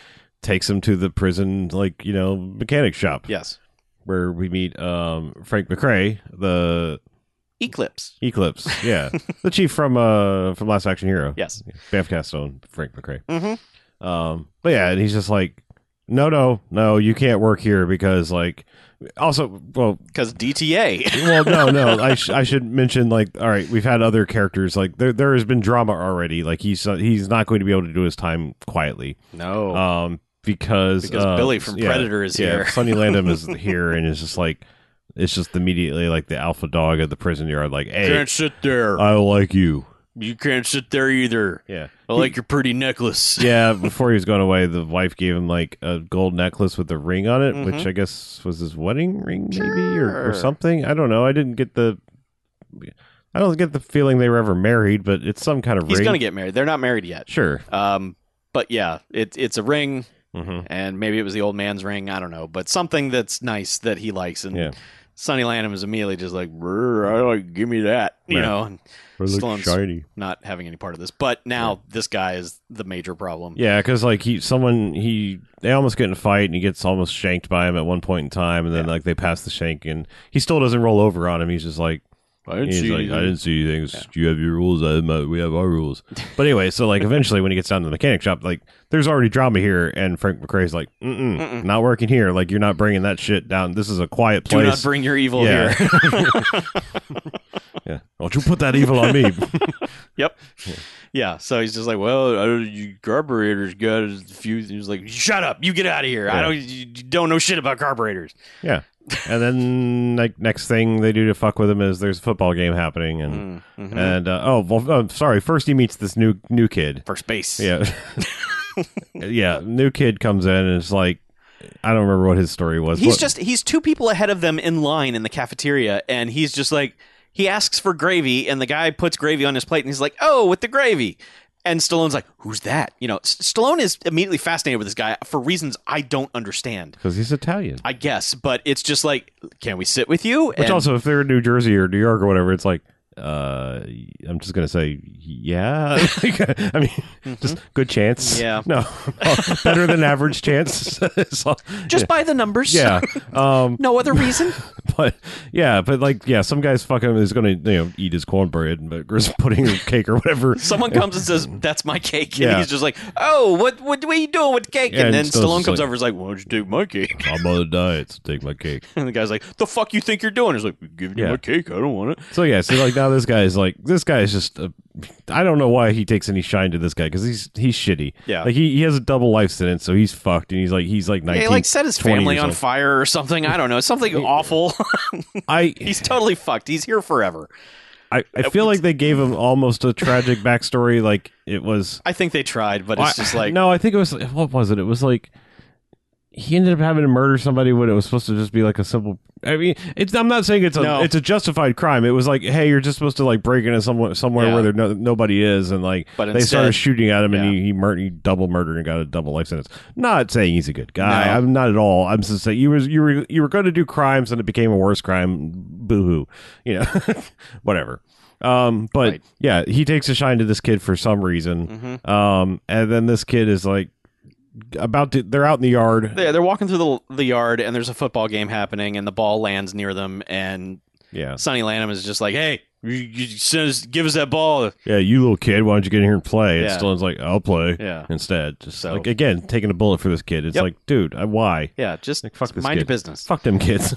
[SPEAKER 2] takes him to the prison, like, you know, mechanic shop
[SPEAKER 1] Yes.
[SPEAKER 2] where we meet um, Frank McRae, the
[SPEAKER 1] Eclipse.
[SPEAKER 2] Eclipse. Yeah. the chief from uh, from Last Action Hero.
[SPEAKER 1] Yes.
[SPEAKER 2] Banff Cast own Frank McRae.
[SPEAKER 1] Mhm.
[SPEAKER 2] Um, but yeah, and he's just like, no, no, no, you can't work here because like also well
[SPEAKER 1] because DTA.
[SPEAKER 2] well no no I, sh- I should mention like all right we've had other characters like there there has been drama already like he's uh, he's not going to be able to do his time quietly
[SPEAKER 1] No,
[SPEAKER 2] um because
[SPEAKER 1] because
[SPEAKER 2] uh,
[SPEAKER 1] Billy from
[SPEAKER 2] yeah,
[SPEAKER 1] Predator is
[SPEAKER 2] yeah,
[SPEAKER 1] here.
[SPEAKER 2] Sonny Landham is here and it's just like it's just immediately like the alpha dog of the prison yard like hey
[SPEAKER 1] sit there.
[SPEAKER 2] I like you
[SPEAKER 1] you can't sit there either.
[SPEAKER 2] yeah
[SPEAKER 1] I like your pretty necklace.
[SPEAKER 2] yeah, before he was going away, the wife gave him like a gold necklace with a ring on it, which
[SPEAKER 1] Mhm.
[SPEAKER 2] I guess was his wedding ring, maybe or,
[SPEAKER 1] Sure.
[SPEAKER 2] or something. I don't know. I didn't get the. I don't get the feeling they were ever married, but it's some kind of
[SPEAKER 1] He's
[SPEAKER 2] ring.
[SPEAKER 1] gonna get married. They're not married yet.
[SPEAKER 2] sure.
[SPEAKER 1] Um, but yeah, it, it's a ring,
[SPEAKER 2] Mm-hmm.
[SPEAKER 1] and maybe it was the old man's ring. I don't know, but something that's nice that he likes. And
[SPEAKER 2] Yeah.
[SPEAKER 1] Sonny Landham is immediately just like, "Brr, I like, give me that," you
[SPEAKER 2] Right.
[SPEAKER 1] know, and Stallone's-
[SPEAKER 2] shiny.
[SPEAKER 1] not having any part of this. But now this guy is the major problem.
[SPEAKER 2] Yeah, because like he, someone he, they almost get in a fight, and he gets almost shanked by him at one point in time, and then like they pass the shank, and he still doesn't roll over on him. He's just like.
[SPEAKER 1] I
[SPEAKER 2] He's like, I didn't see anything. It's- You have your rules. I have my, we have our rules. But anyway, so like eventually when he gets down to the mechanic shop, like there's already drama here, and Frank McRae's like, Mm-mm,
[SPEAKER 1] Mm-mm.
[SPEAKER 2] not working here. Like you're not bringing that shit down. This is a quiet
[SPEAKER 1] Do not
[SPEAKER 2] place.
[SPEAKER 1] bring your evil
[SPEAKER 2] Yeah.
[SPEAKER 1] here.
[SPEAKER 2] yeah, don't you put that evil on me?
[SPEAKER 1] yeah. So he's just like, well, uh, you carburetors got a few. He's like, shut up, you get out of here. I
[SPEAKER 2] Yeah.
[SPEAKER 1] don't, you you don't know shit about carburetors.
[SPEAKER 2] and then like next thing they do to fuck with him is there's a football game happening, and
[SPEAKER 1] Mhm.
[SPEAKER 2] and uh, oh well, um, sorry. First he meets this new new kid.
[SPEAKER 1] First base.
[SPEAKER 2] Yeah, yeah. New kid comes in and it's like. I don't remember what his story was.
[SPEAKER 1] He's
[SPEAKER 2] What-
[SPEAKER 1] just he's two people ahead of them in line in the cafeteria, and he's just like he asks for gravy, and the guy puts gravy on his plate, and he's like, "Oh, with the gravy." And Stallone's like, "Who's that?" You know, S- Stallone is immediately fascinated with this guy for reasons I don't understand.
[SPEAKER 2] because he's Italian.
[SPEAKER 1] I guess, but it's just like, can we sit with you?
[SPEAKER 2] Which
[SPEAKER 1] And-
[SPEAKER 2] also, if they're in New Jersey or New York or whatever, it's like, uh, I'm just gonna say, yeah. I mean, just good
[SPEAKER 1] Mm-hmm.
[SPEAKER 2] chance.
[SPEAKER 1] Yeah.
[SPEAKER 2] No, better than average chance. It's all-
[SPEAKER 1] just by the numbers.
[SPEAKER 2] yeah. Um,
[SPEAKER 1] no other reason.
[SPEAKER 2] but yeah, but like, yeah, some guy's fucking is gonna you know eat his cornbread and but is putting or cake or whatever.
[SPEAKER 1] Someone comes and says, "That's my cake," and
[SPEAKER 2] Yeah.
[SPEAKER 1] he's just like, "Oh, what what, what are you doing with cake?"
[SPEAKER 2] Yeah,
[SPEAKER 1] and,
[SPEAKER 2] and
[SPEAKER 1] then
[SPEAKER 2] Stallone's
[SPEAKER 1] Stallone
[SPEAKER 2] just
[SPEAKER 1] comes
[SPEAKER 2] like-
[SPEAKER 1] over, and is like, "Why don't you take my cake?"
[SPEAKER 2] I'm on a diet, so take my cake.
[SPEAKER 1] And the guy's like, "The fuck you think you're doing?" He's like, "Giving you
[SPEAKER 2] Yeah.
[SPEAKER 1] my cake, I don't want it."
[SPEAKER 2] So yeah, so like now this guy is like this guy is just a, I don't know why he takes any shine to this guy because he's he's shitty.
[SPEAKER 1] Yeah.
[SPEAKER 2] like he, he has a double life sentence, so he's fucked, and he's like he's like
[SPEAKER 1] Yeah,
[SPEAKER 2] nineteen.
[SPEAKER 1] he like set his
[SPEAKER 2] 20
[SPEAKER 1] family
[SPEAKER 2] years
[SPEAKER 1] on
[SPEAKER 2] old.
[SPEAKER 1] fire or something. I don't know, something awful.
[SPEAKER 2] I
[SPEAKER 1] He's totally fucked. He's here forever.
[SPEAKER 2] I, I feel like they gave him almost a tragic backstory. Like it was.
[SPEAKER 1] I think they tried, but it's just
[SPEAKER 2] I-
[SPEAKER 1] like
[SPEAKER 2] no, I think it was what was it? It was like he ended up having to murder somebody when it was supposed to just be like a simple. I mean, it's. I'm not saying it's a
[SPEAKER 1] No.
[SPEAKER 2] it's a justified crime. It was like, hey, you're just supposed to like break into somewhere somewhere
[SPEAKER 1] Yeah.
[SPEAKER 2] where there no, nobody is, and like
[SPEAKER 1] But
[SPEAKER 2] they
[SPEAKER 1] instead-
[SPEAKER 2] started shooting at him,
[SPEAKER 1] Yeah.
[SPEAKER 2] and he he, mur- he double murdered and got a double life sentence. Not saying he's a good guy.
[SPEAKER 1] No.
[SPEAKER 2] I'm not at all. I'm just saying you was you were you were going to do crimes and it became a worse crime. Boo hoo. You know, whatever. Um, but
[SPEAKER 1] Right.
[SPEAKER 2] yeah, he takes a shine to this kid for some reason.
[SPEAKER 1] mhm.
[SPEAKER 2] Um, and then this kid is like about to. They're out in the yard.
[SPEAKER 1] they're, they're walking through the, the yard, and there's a football game happening, and the ball lands near them, and
[SPEAKER 2] yeah,
[SPEAKER 1] Sonny Lanham is just like, "Hey, you, you send us, give us that ball."
[SPEAKER 2] yeah. You little kid, why don't you get in here and play?
[SPEAKER 1] Yeah.
[SPEAKER 2] And Stallone's like, I'll play
[SPEAKER 1] Yeah,
[SPEAKER 2] instead. Just
[SPEAKER 1] So-
[SPEAKER 2] like again, taking a bullet for this kid. It's
[SPEAKER 1] Yep.
[SPEAKER 2] like, dude, I, why?
[SPEAKER 1] yeah, just
[SPEAKER 2] Like, fuck this
[SPEAKER 1] mind your
[SPEAKER 2] kid.
[SPEAKER 1] business.
[SPEAKER 2] Fuck them kids.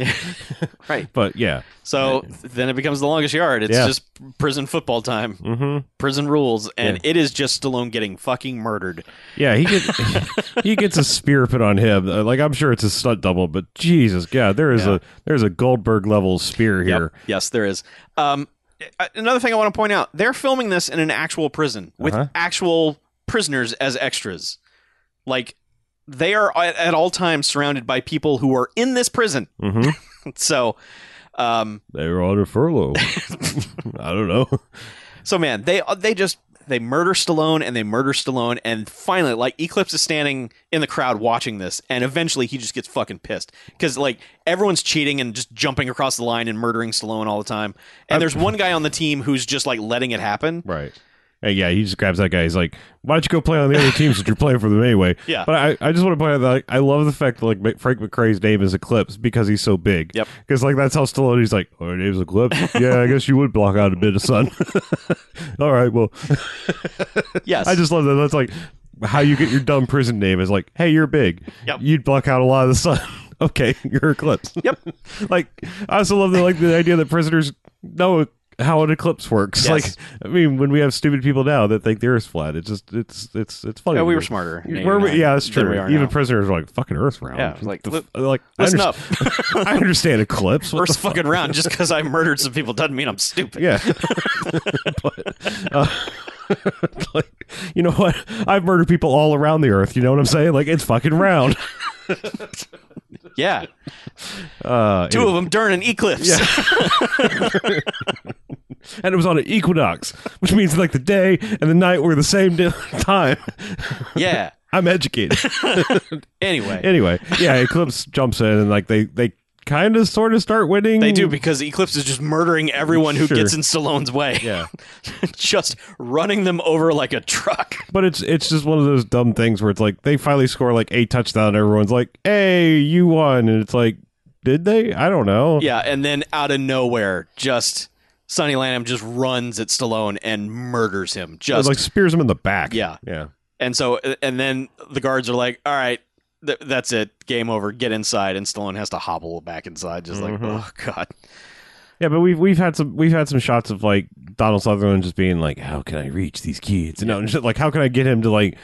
[SPEAKER 1] Right.
[SPEAKER 2] But yeah.
[SPEAKER 1] So then it becomes the longest yard. It's
[SPEAKER 2] Yeah.
[SPEAKER 1] just prison football time,
[SPEAKER 2] Mm-hmm.
[SPEAKER 1] prison rules, and it is just Stallone getting fucking murdered.
[SPEAKER 2] Yeah, he gets he gets a spear put on him. Uh, Like I'm sure it's a stunt double, but Jesus God, there is
[SPEAKER 1] Yeah.
[SPEAKER 2] a there's a Goldberg level spear
[SPEAKER 1] Yep.
[SPEAKER 2] here.
[SPEAKER 1] Yes, there is. Um, a- another thing I want to point out: they're filming this in an actual prison with
[SPEAKER 2] Uh-huh.
[SPEAKER 1] actual prisoners as extras. Like they are at, at all times surrounded by people who are in this prison.
[SPEAKER 2] hmm
[SPEAKER 1] So, um,
[SPEAKER 2] They were on a furlough. I don't know.
[SPEAKER 1] so man, they uh, they just they murder Stallone and they murder Stallone, and finally, like Eclipse is standing in the crowd watching this, and eventually he just gets fucking pissed because like everyone's cheating and just jumping across the line and murdering Stallone all the time, and there's one guy on the team who's just like letting it happen.
[SPEAKER 2] Right. And yeah, he just grabs that guy. He's like, "Why don't you go play on the other team since you're playing for them anyway?"
[SPEAKER 1] Yeah.
[SPEAKER 2] But I, I just want to point out that like, I love the fact that like Mc- Frank McCrae's name is Eclipse because he's so big.
[SPEAKER 1] Yep.
[SPEAKER 2] Because like that's how Stallone. He's like, "Oh, your name's Eclipse. yeah, I guess you would block out a bit of sun." All right. Well,
[SPEAKER 1] Yes.
[SPEAKER 2] I just love that. That's like how you get your dumb prison name is like, hey, you're big.
[SPEAKER 1] Yep.
[SPEAKER 2] You'd block out a lot of the sun. okay, you're an eclipse.
[SPEAKER 1] Yep.
[SPEAKER 2] like, I also love the like the idea that prisoners know how an eclipse works.
[SPEAKER 1] Yes.
[SPEAKER 2] Like, I mean, when we have stupid people now that think the Earth's flat, it's just it's it's it's funny.
[SPEAKER 1] Yeah,
[SPEAKER 2] to
[SPEAKER 1] we
[SPEAKER 2] me.
[SPEAKER 1] were smarter. maybe,
[SPEAKER 2] Were we-
[SPEAKER 1] than-
[SPEAKER 2] yeah, that's
[SPEAKER 1] than
[SPEAKER 2] true.
[SPEAKER 1] we are
[SPEAKER 2] Even
[SPEAKER 1] now.
[SPEAKER 2] prisoners are like fucking Earth round.
[SPEAKER 1] Yeah, like,
[SPEAKER 2] The f-
[SPEAKER 1] li-
[SPEAKER 2] like I
[SPEAKER 1] listen
[SPEAKER 2] underst- I understand eclipse. What
[SPEAKER 1] First
[SPEAKER 2] the fuck?
[SPEAKER 1] fucking round, just because I murdered some people doesn't mean I'm stupid.
[SPEAKER 2] Yeah. but, uh, like, you know what? I've murdered people all around the earth. You know what I'm saying? Like, it's fucking round.
[SPEAKER 1] Yeah.
[SPEAKER 2] Uh,
[SPEAKER 1] Two of them during an eclipse.
[SPEAKER 2] Yeah. and it was on an equinox, which means like the day and the night were the same di- time.
[SPEAKER 1] Yeah.
[SPEAKER 2] I'm educated.
[SPEAKER 1] Anyway,
[SPEAKER 2] anyway, yeah, Eclipse jumps in and like they they kind of sort of start winning.
[SPEAKER 1] they do because Eclipse is just murdering everyone who
[SPEAKER 2] Sure.
[SPEAKER 1] gets in Stallone's way.
[SPEAKER 2] Yeah,
[SPEAKER 1] just running them over like a truck.
[SPEAKER 2] but it's it's just one of those dumb things where it's like they finally score like a touchdown. And everyone's like, "Hey, you won!" And it's like, "Did they? I don't know."
[SPEAKER 1] Yeah, and then out of nowhere, just Sonny Lanham just runs at Stallone and murders him.
[SPEAKER 2] It,
[SPEAKER 1] Just
[SPEAKER 2] like spears him in the back.
[SPEAKER 1] Yeah.
[SPEAKER 2] yeah.
[SPEAKER 1] and so and then the guards are like, "All right, th- that's it, game over. Get inside." And Stallone has to hobble back inside, just like,
[SPEAKER 2] Mhm.
[SPEAKER 1] "Oh God,
[SPEAKER 2] Yeah, but we've we've had some we've had some shots of like Donald Sutherland just being like, "How can I reach these kids?" And, I'm just like, "How can I get him to like?"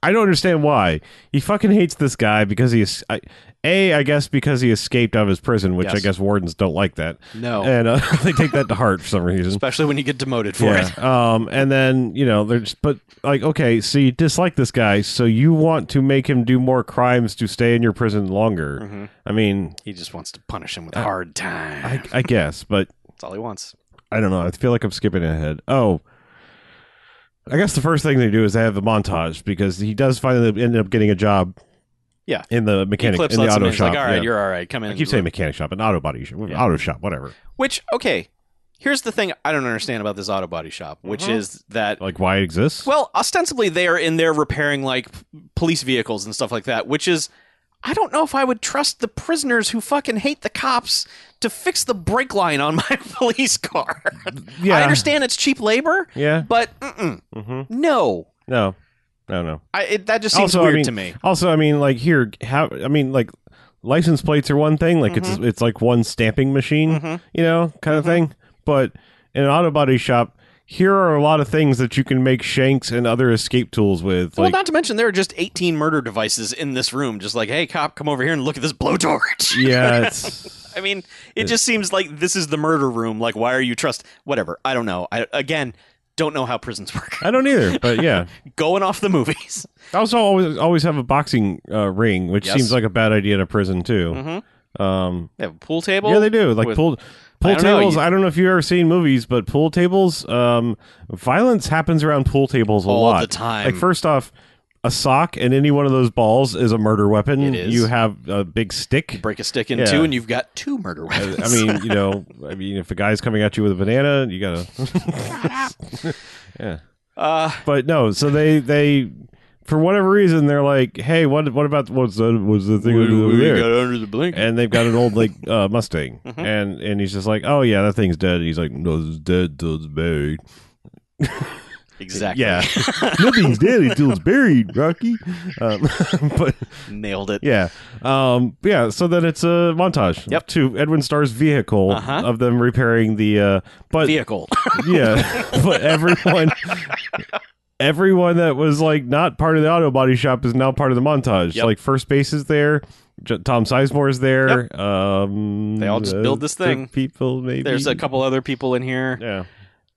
[SPEAKER 2] I don't understand why he fucking hates this guy because he is I, a I guess because he escaped out of his prison, which I
[SPEAKER 1] Yes.
[SPEAKER 2] guess wardens don't like that,
[SPEAKER 1] no!"
[SPEAKER 2] and uh, they take that to heart for some reason.
[SPEAKER 1] Especially when you get demoted for
[SPEAKER 2] Yeah.
[SPEAKER 1] it.
[SPEAKER 2] Um. And then you know they're just but like okay, so you dislike this guy, so you want to make him do more crimes to stay in your prison longer.
[SPEAKER 1] Mhm.
[SPEAKER 2] I mean,
[SPEAKER 1] He just wants to punish him with
[SPEAKER 2] I-
[SPEAKER 1] hard time.
[SPEAKER 2] I I guess, but
[SPEAKER 1] that's all he wants.
[SPEAKER 2] I don't know. I feel like I'm skipping ahead. Oh, I guess the first thing they do is they have the montage because he does finally end up getting a job.
[SPEAKER 1] Yeah.
[SPEAKER 2] in the mechanic
[SPEAKER 1] Eclipse
[SPEAKER 2] in the
[SPEAKER 1] lets him
[SPEAKER 2] auto
[SPEAKER 1] in. He's
[SPEAKER 2] shop.
[SPEAKER 1] like, "All right,
[SPEAKER 2] yeah.
[SPEAKER 1] you're all right. Come in."
[SPEAKER 2] I keep saying mechanic shop, an auto body shop,
[SPEAKER 1] Yeah.
[SPEAKER 2] auto shop, whatever.
[SPEAKER 1] Which okay, here's the thing I don't understand about this auto body shop, which
[SPEAKER 2] Mhm.
[SPEAKER 1] is that
[SPEAKER 2] Like why it exists?
[SPEAKER 1] well, ostensibly they are in there repairing like p- police vehicles and stuff like that, which is I don't know if I would trust the prisoners who fucking hate the cops to fix the brake line on my police car.
[SPEAKER 2] yeah,
[SPEAKER 1] I understand it's cheap labor,
[SPEAKER 2] Yeah,
[SPEAKER 1] but mm-mm,
[SPEAKER 2] mm-hmm.
[SPEAKER 1] no.
[SPEAKER 2] no, no, no.
[SPEAKER 1] I, it, that just seems
[SPEAKER 2] Also, I
[SPEAKER 1] weird
[SPEAKER 2] mean,
[SPEAKER 1] to me.
[SPEAKER 2] Also, I mean, like here, how? I mean, like license plates are one thing. Like
[SPEAKER 1] Mm-hmm.
[SPEAKER 2] it's it's like one stamping machine.
[SPEAKER 1] Mhm.
[SPEAKER 2] you know, kind of thing. But in an auto body shop, here are a lot of things that you can make shanks and other escape tools with.
[SPEAKER 1] well,
[SPEAKER 2] Like,
[SPEAKER 1] not to mention there are just 18 murder devices in this room. Just like, hey, cop, come over here and look at this blowtorch.
[SPEAKER 2] yeah, it's,
[SPEAKER 1] I mean, it just seems like this is the murder room. Like, why are you trust? Whatever. I don't know. I again don't know how prisons work.
[SPEAKER 2] I don't either. But yeah,
[SPEAKER 1] Going off the movies.
[SPEAKER 2] I also always always have a boxing uh, ring, which
[SPEAKER 1] Yes.
[SPEAKER 2] seems like a bad idea in a prison too.
[SPEAKER 1] Mm-hmm.
[SPEAKER 2] Um,
[SPEAKER 1] They have a pool table.
[SPEAKER 2] yeah, they do. Like
[SPEAKER 1] with-
[SPEAKER 2] pool
[SPEAKER 1] I
[SPEAKER 2] pool
[SPEAKER 1] don't know,
[SPEAKER 2] tables.
[SPEAKER 1] you-
[SPEAKER 2] I don't know if you've ever seen movies, but pool tables. Um, violence happens around pool tables a
[SPEAKER 1] all
[SPEAKER 2] lot
[SPEAKER 1] the time.
[SPEAKER 2] Like first off, a sock and any one of those balls is a murder weapon.
[SPEAKER 1] It is.
[SPEAKER 2] You have a big stick.
[SPEAKER 1] break a stick in
[SPEAKER 2] Yeah.
[SPEAKER 1] two, and you've got two murder
[SPEAKER 2] I
[SPEAKER 1] weapons.
[SPEAKER 2] I mean, you know, I mean, if a guy's coming at you with a banana, you gotta.
[SPEAKER 1] uh,
[SPEAKER 2] But no, so they they, for whatever reason, they're like, hey, what what about what's that? What's the thing over there?
[SPEAKER 1] under the blanket.
[SPEAKER 2] And they've got an old like uh, Mustang,
[SPEAKER 1] Mhm.
[SPEAKER 2] and and he's just like, oh yeah, that thing's dead. And he's like, no, it's dead till it's buried.
[SPEAKER 1] Exactly.
[SPEAKER 2] Yeah, nothing's dead until it's buried, Rocky. Um, but
[SPEAKER 1] Nailed it.
[SPEAKER 2] yeah, um, yeah. So then it's a montage.
[SPEAKER 1] Yep.
[SPEAKER 2] To Edwin Starr's vehicle
[SPEAKER 1] Uh-huh.
[SPEAKER 2] of them repairing the uh, but
[SPEAKER 1] Vehicle.
[SPEAKER 2] yeah but everyone everyone that was like not part of the auto body shop is now part of the montage
[SPEAKER 1] Yep.
[SPEAKER 2] like first base is there J- tom sizemore is there um
[SPEAKER 1] They all just
[SPEAKER 2] uh,
[SPEAKER 1] build this
[SPEAKER 2] big
[SPEAKER 1] thing.
[SPEAKER 2] people maybe
[SPEAKER 1] There's a couple other people in here.
[SPEAKER 2] yeah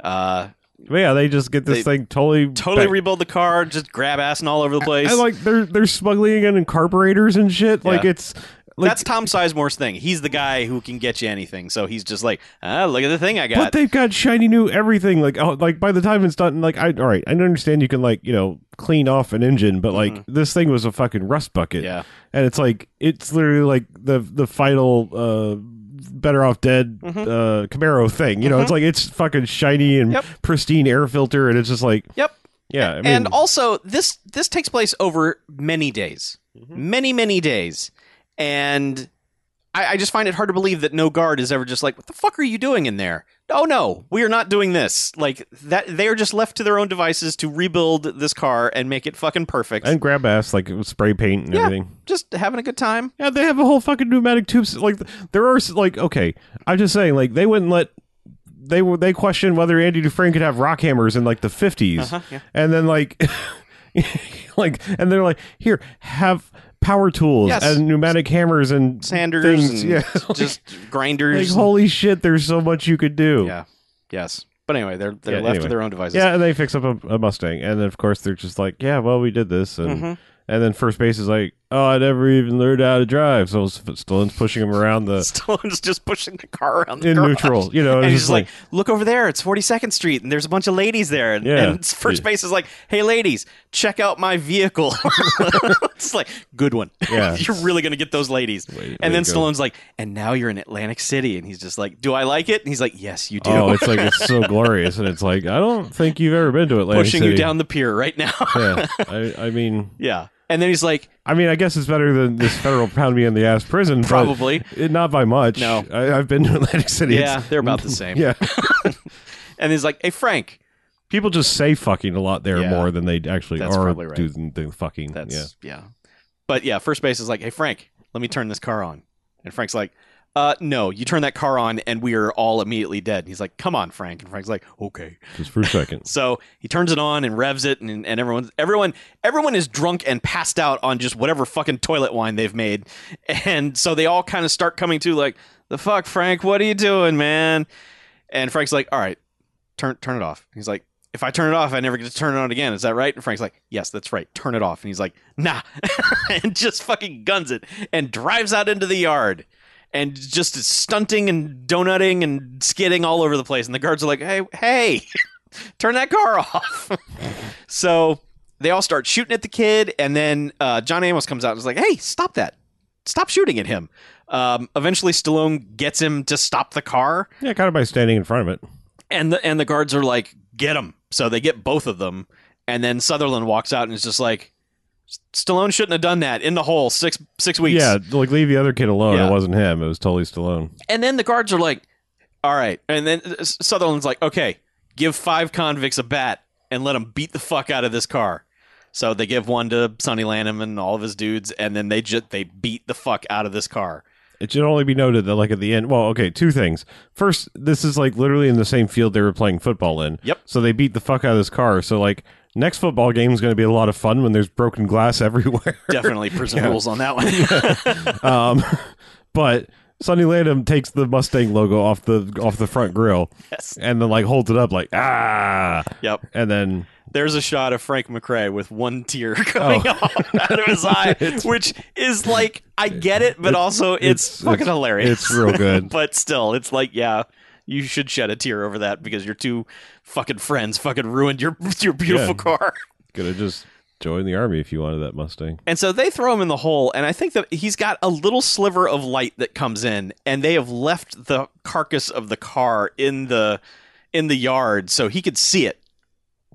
[SPEAKER 1] Uh,
[SPEAKER 2] but yeah they just get this
[SPEAKER 1] They
[SPEAKER 2] thing totally
[SPEAKER 1] totally
[SPEAKER 2] back-
[SPEAKER 1] rebuild the car. Just grab ass and all over the place.
[SPEAKER 2] and like they're they're smuggling in carburetors and shit like
[SPEAKER 1] Yeah.
[SPEAKER 2] it's like
[SPEAKER 1] That's Tom Sizemore's thing. He's the guy who can get you anything. So he's just like, ah, look at the thing I
[SPEAKER 2] but
[SPEAKER 1] got.
[SPEAKER 2] they've got shiny new everything. Like, oh, like by the time it's done, like, I all right, I understand you can like you know clean off an engine, but like this thing was a fucking rust bucket.
[SPEAKER 1] Mm-hmm. Yeah.
[SPEAKER 2] and it's like it's literally like the the final uh better off dead
[SPEAKER 1] Mm-hmm.
[SPEAKER 2] uh Camaro thing. You know, it's like it's fucking shiny and
[SPEAKER 1] Yep.
[SPEAKER 2] pristine air filter, and it's just like
[SPEAKER 1] yep.
[SPEAKER 2] yeah, I mean,
[SPEAKER 1] and also, this this takes place over many days,
[SPEAKER 2] Mm-hmm.
[SPEAKER 1] many many days, and I, I just find it hard to believe that no guard is ever just like, "What the fuck are you doing in there?" oh no, we are not doing this. Like that, they are just left to their own devices to rebuild this car and make it fucking perfect.
[SPEAKER 2] and grab ass like with spray paint and
[SPEAKER 1] Yeah.
[SPEAKER 2] everything.
[SPEAKER 1] just having a good time.
[SPEAKER 2] Yeah, they have a whole fucking pneumatic tubes. Like there are like okay, I'm just saying like they wouldn't let they were they questioned whether Andy Dufresne could have rock hammers in like the 50s
[SPEAKER 1] Uh-huh, yeah.
[SPEAKER 2] and then like like and they're like here have power tools
[SPEAKER 1] Yes.
[SPEAKER 2] and pneumatic hammers and
[SPEAKER 1] Sanders
[SPEAKER 2] things.
[SPEAKER 1] and
[SPEAKER 2] yeah.
[SPEAKER 1] just
[SPEAKER 2] Like,
[SPEAKER 1] grinders.
[SPEAKER 2] holy shit, there's so much you could do.
[SPEAKER 1] yeah. Yes. But anyway, they're they're
[SPEAKER 2] Yeah,
[SPEAKER 1] left
[SPEAKER 2] anyway.
[SPEAKER 1] to their own devices.
[SPEAKER 2] Yeah, and they fix up a, a Mustang, and then of course they're just like, "Yeah, well, we did this," and
[SPEAKER 1] Mhm.
[SPEAKER 2] and then first base is like, "Oh, I never even learned how to drive," so S- Stallone's pushing him around the
[SPEAKER 1] Stallone's just pushing the car around the
[SPEAKER 2] in
[SPEAKER 1] garage.
[SPEAKER 2] neutral, you know,
[SPEAKER 1] And
[SPEAKER 2] it's
[SPEAKER 1] he's just
[SPEAKER 2] just
[SPEAKER 1] like, look over there, it's 42nd Street, and there's a bunch of ladies there. And,
[SPEAKER 2] Yeah.
[SPEAKER 1] and first base is like, hey, ladies, check out my vehicle. it's like, good one.
[SPEAKER 2] Yeah.
[SPEAKER 1] You're really going to get those ladies.
[SPEAKER 2] Way- way
[SPEAKER 1] and then
[SPEAKER 2] to go.
[SPEAKER 1] Stallone's like, and now you're in Atlantic City. And he's just like, do I like it? And he's like, yes, you do.
[SPEAKER 2] oh, it's like it's so glorious, and it's like I don't think you've ever been to Atlantic
[SPEAKER 1] pushing
[SPEAKER 2] City.
[SPEAKER 1] you down the pier right now.
[SPEAKER 2] yeah, I, I mean,
[SPEAKER 1] yeah. And then he's like,
[SPEAKER 2] I mean, I guess it's better than this federal pound me in the ass prison, but
[SPEAKER 1] Probably.
[SPEAKER 2] it, not by much.
[SPEAKER 1] No.
[SPEAKER 2] I, I've been to Atlantic City.
[SPEAKER 1] yeah,
[SPEAKER 2] It's-
[SPEAKER 1] they're about the same.
[SPEAKER 2] yeah.
[SPEAKER 1] And he's like, hey, Frank,
[SPEAKER 2] People just say fucking a lot there
[SPEAKER 1] Yeah.
[SPEAKER 2] more than they actually
[SPEAKER 1] That's
[SPEAKER 2] are
[SPEAKER 1] probably right.
[SPEAKER 2] doing the fucking.
[SPEAKER 1] That's
[SPEAKER 2] yeah.
[SPEAKER 1] yeah. But yeah, first base is like, "Hey Frank, let me turn this car on." And Frank's like, "Uh no, you turn that car on and we are all immediately dead." And he's like, "Come on, Frank." And Frank's like, "Okay."
[SPEAKER 2] just for a second.
[SPEAKER 1] So, he turns it on and revs it and and everyone's everyone everyone is drunk and passed out on just whatever fucking toilet wine they've made. And so they all kind of start coming to like, "The fuck, Frank? What are you doing, man?" And Frank's like, "All right, turn turn it off." He's like, "If I turn it off, I never get to turn it on again. Is that right?" And Frank's like, "Yes, that's right. Turn it off." And he's like, "Nah," and just fucking guns it and drives out into the yard. And just is stunting and donutting and skidding all over the place. And the guards are like, hey, hey, turn that car off. so they all start shooting at the kid. And then uh, John Amos comes out and is like, hey, stop that. Stop shooting at him. Um, eventually, Stallone gets him to stop the car
[SPEAKER 2] Yeah, kind of by standing in front of it.
[SPEAKER 1] and the and the guards are like get him so they get both of them and then sutherland walks out and is just like stallone shouldn't have done that in the hole six six weeks
[SPEAKER 2] Yeah, like leave the other kid alone.
[SPEAKER 1] Yeah.
[SPEAKER 2] It wasn't him. It was totally Stallone.
[SPEAKER 1] and then the guards are like all right and then uh, S- sutherland's like okay give five convicts a bat and let them beat the fuck out of this car so they give one to sonny lanham and all of his dudes and then they just they beat the fuck out of this car
[SPEAKER 2] It should only be noted that, like, at the end, well, okay, two things. First, this is like literally in the same field they were playing football in.
[SPEAKER 1] Yep.
[SPEAKER 2] So they beat the fuck out of this car. So, like, next football game is going to be a lot of fun when there's broken glass everywhere.
[SPEAKER 1] definitely prison
[SPEAKER 2] Yeah.
[SPEAKER 1] rules on that one
[SPEAKER 2] um, but Sonny Landham takes the Mustang logo off the off the front grill
[SPEAKER 1] yes
[SPEAKER 2] and then like holds it up like ah,
[SPEAKER 1] yep
[SPEAKER 2] and then
[SPEAKER 1] There's a shot of Frank McRae with one tear
[SPEAKER 2] Oh.
[SPEAKER 1] coming off out of his eye, which is like I get it, but also it's,
[SPEAKER 2] it's-
[SPEAKER 1] fucking
[SPEAKER 2] it's-
[SPEAKER 1] hilarious.
[SPEAKER 2] it's real good.
[SPEAKER 1] but still, it's like yeah, you should shed a tear over that because your two fucking friends fucking ruined your your beautiful
[SPEAKER 2] Yeah.
[SPEAKER 1] car.
[SPEAKER 2] Could have just joined the army if you wanted that Mustang.
[SPEAKER 1] And so they throw him in the hole, and I think that he's got a little sliver of light that comes in, and they have left the carcass of the car in the in the yard so he could see it.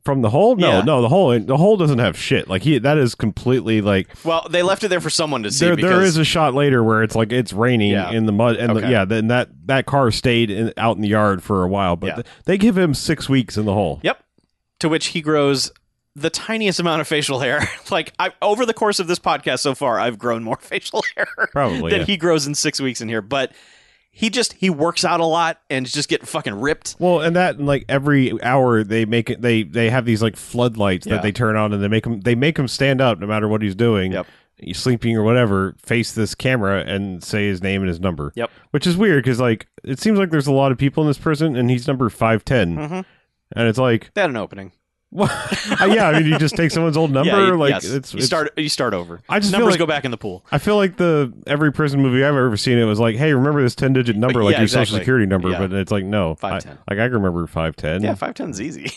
[SPEAKER 2] From the hole? No,
[SPEAKER 1] Yeah.
[SPEAKER 2] no, the hole the hole doesn't have shit. Like he that is completely like
[SPEAKER 1] Well, they left it there for someone to see.
[SPEAKER 2] there,
[SPEAKER 1] because
[SPEAKER 2] there is a shot later where it's like it's raining
[SPEAKER 1] Yeah.
[SPEAKER 2] in the mud and
[SPEAKER 1] Okay.
[SPEAKER 2] the, yeah, then that that car stayed in, out in the yard for a while, but
[SPEAKER 1] Yeah.
[SPEAKER 2] th- they give him 6 weeks in the hole.
[SPEAKER 1] Yep. To which he grows the tiniest amount of facial hair. like I, over the course of this podcast so far, I've grown more facial hair
[SPEAKER 2] Probably.
[SPEAKER 1] than
[SPEAKER 2] yeah.
[SPEAKER 1] he grows in six weeks in here. But he just he works out a lot and is just getting fucking ripped.
[SPEAKER 2] Well, and that and like every hour they make it they they have these like floodlights
[SPEAKER 1] Yeah.
[SPEAKER 2] that they turn on and they make him they make him stand up no matter what he's doing.
[SPEAKER 1] Yep.
[SPEAKER 2] He's sleeping or whatever, face this camera and say his name and his number.
[SPEAKER 1] Yep.
[SPEAKER 2] Which is weird cuz like it seems like there's a lot of people in this prison and he's number 510
[SPEAKER 1] Mhm.
[SPEAKER 2] and it's like
[SPEAKER 1] They had an opening.
[SPEAKER 2] what? Uh, yeah, I mean you just take someone's old number
[SPEAKER 1] yeah, you-
[SPEAKER 2] like
[SPEAKER 1] yes.
[SPEAKER 2] it's,
[SPEAKER 1] you
[SPEAKER 2] it's-
[SPEAKER 1] start you start over.
[SPEAKER 2] I just feel
[SPEAKER 1] Numbers
[SPEAKER 2] like-
[SPEAKER 1] go back in the pool.
[SPEAKER 2] I feel like the every prison movie I've ever seen it was like, "Hey, remember this 10-digit number like
[SPEAKER 1] Yeah,
[SPEAKER 2] your social
[SPEAKER 1] exactly.
[SPEAKER 2] security number."
[SPEAKER 1] Yeah.
[SPEAKER 2] But it's like, no. I-
[SPEAKER 1] 510.
[SPEAKER 2] like I can remember 510.
[SPEAKER 1] Yeah, five ten's easy.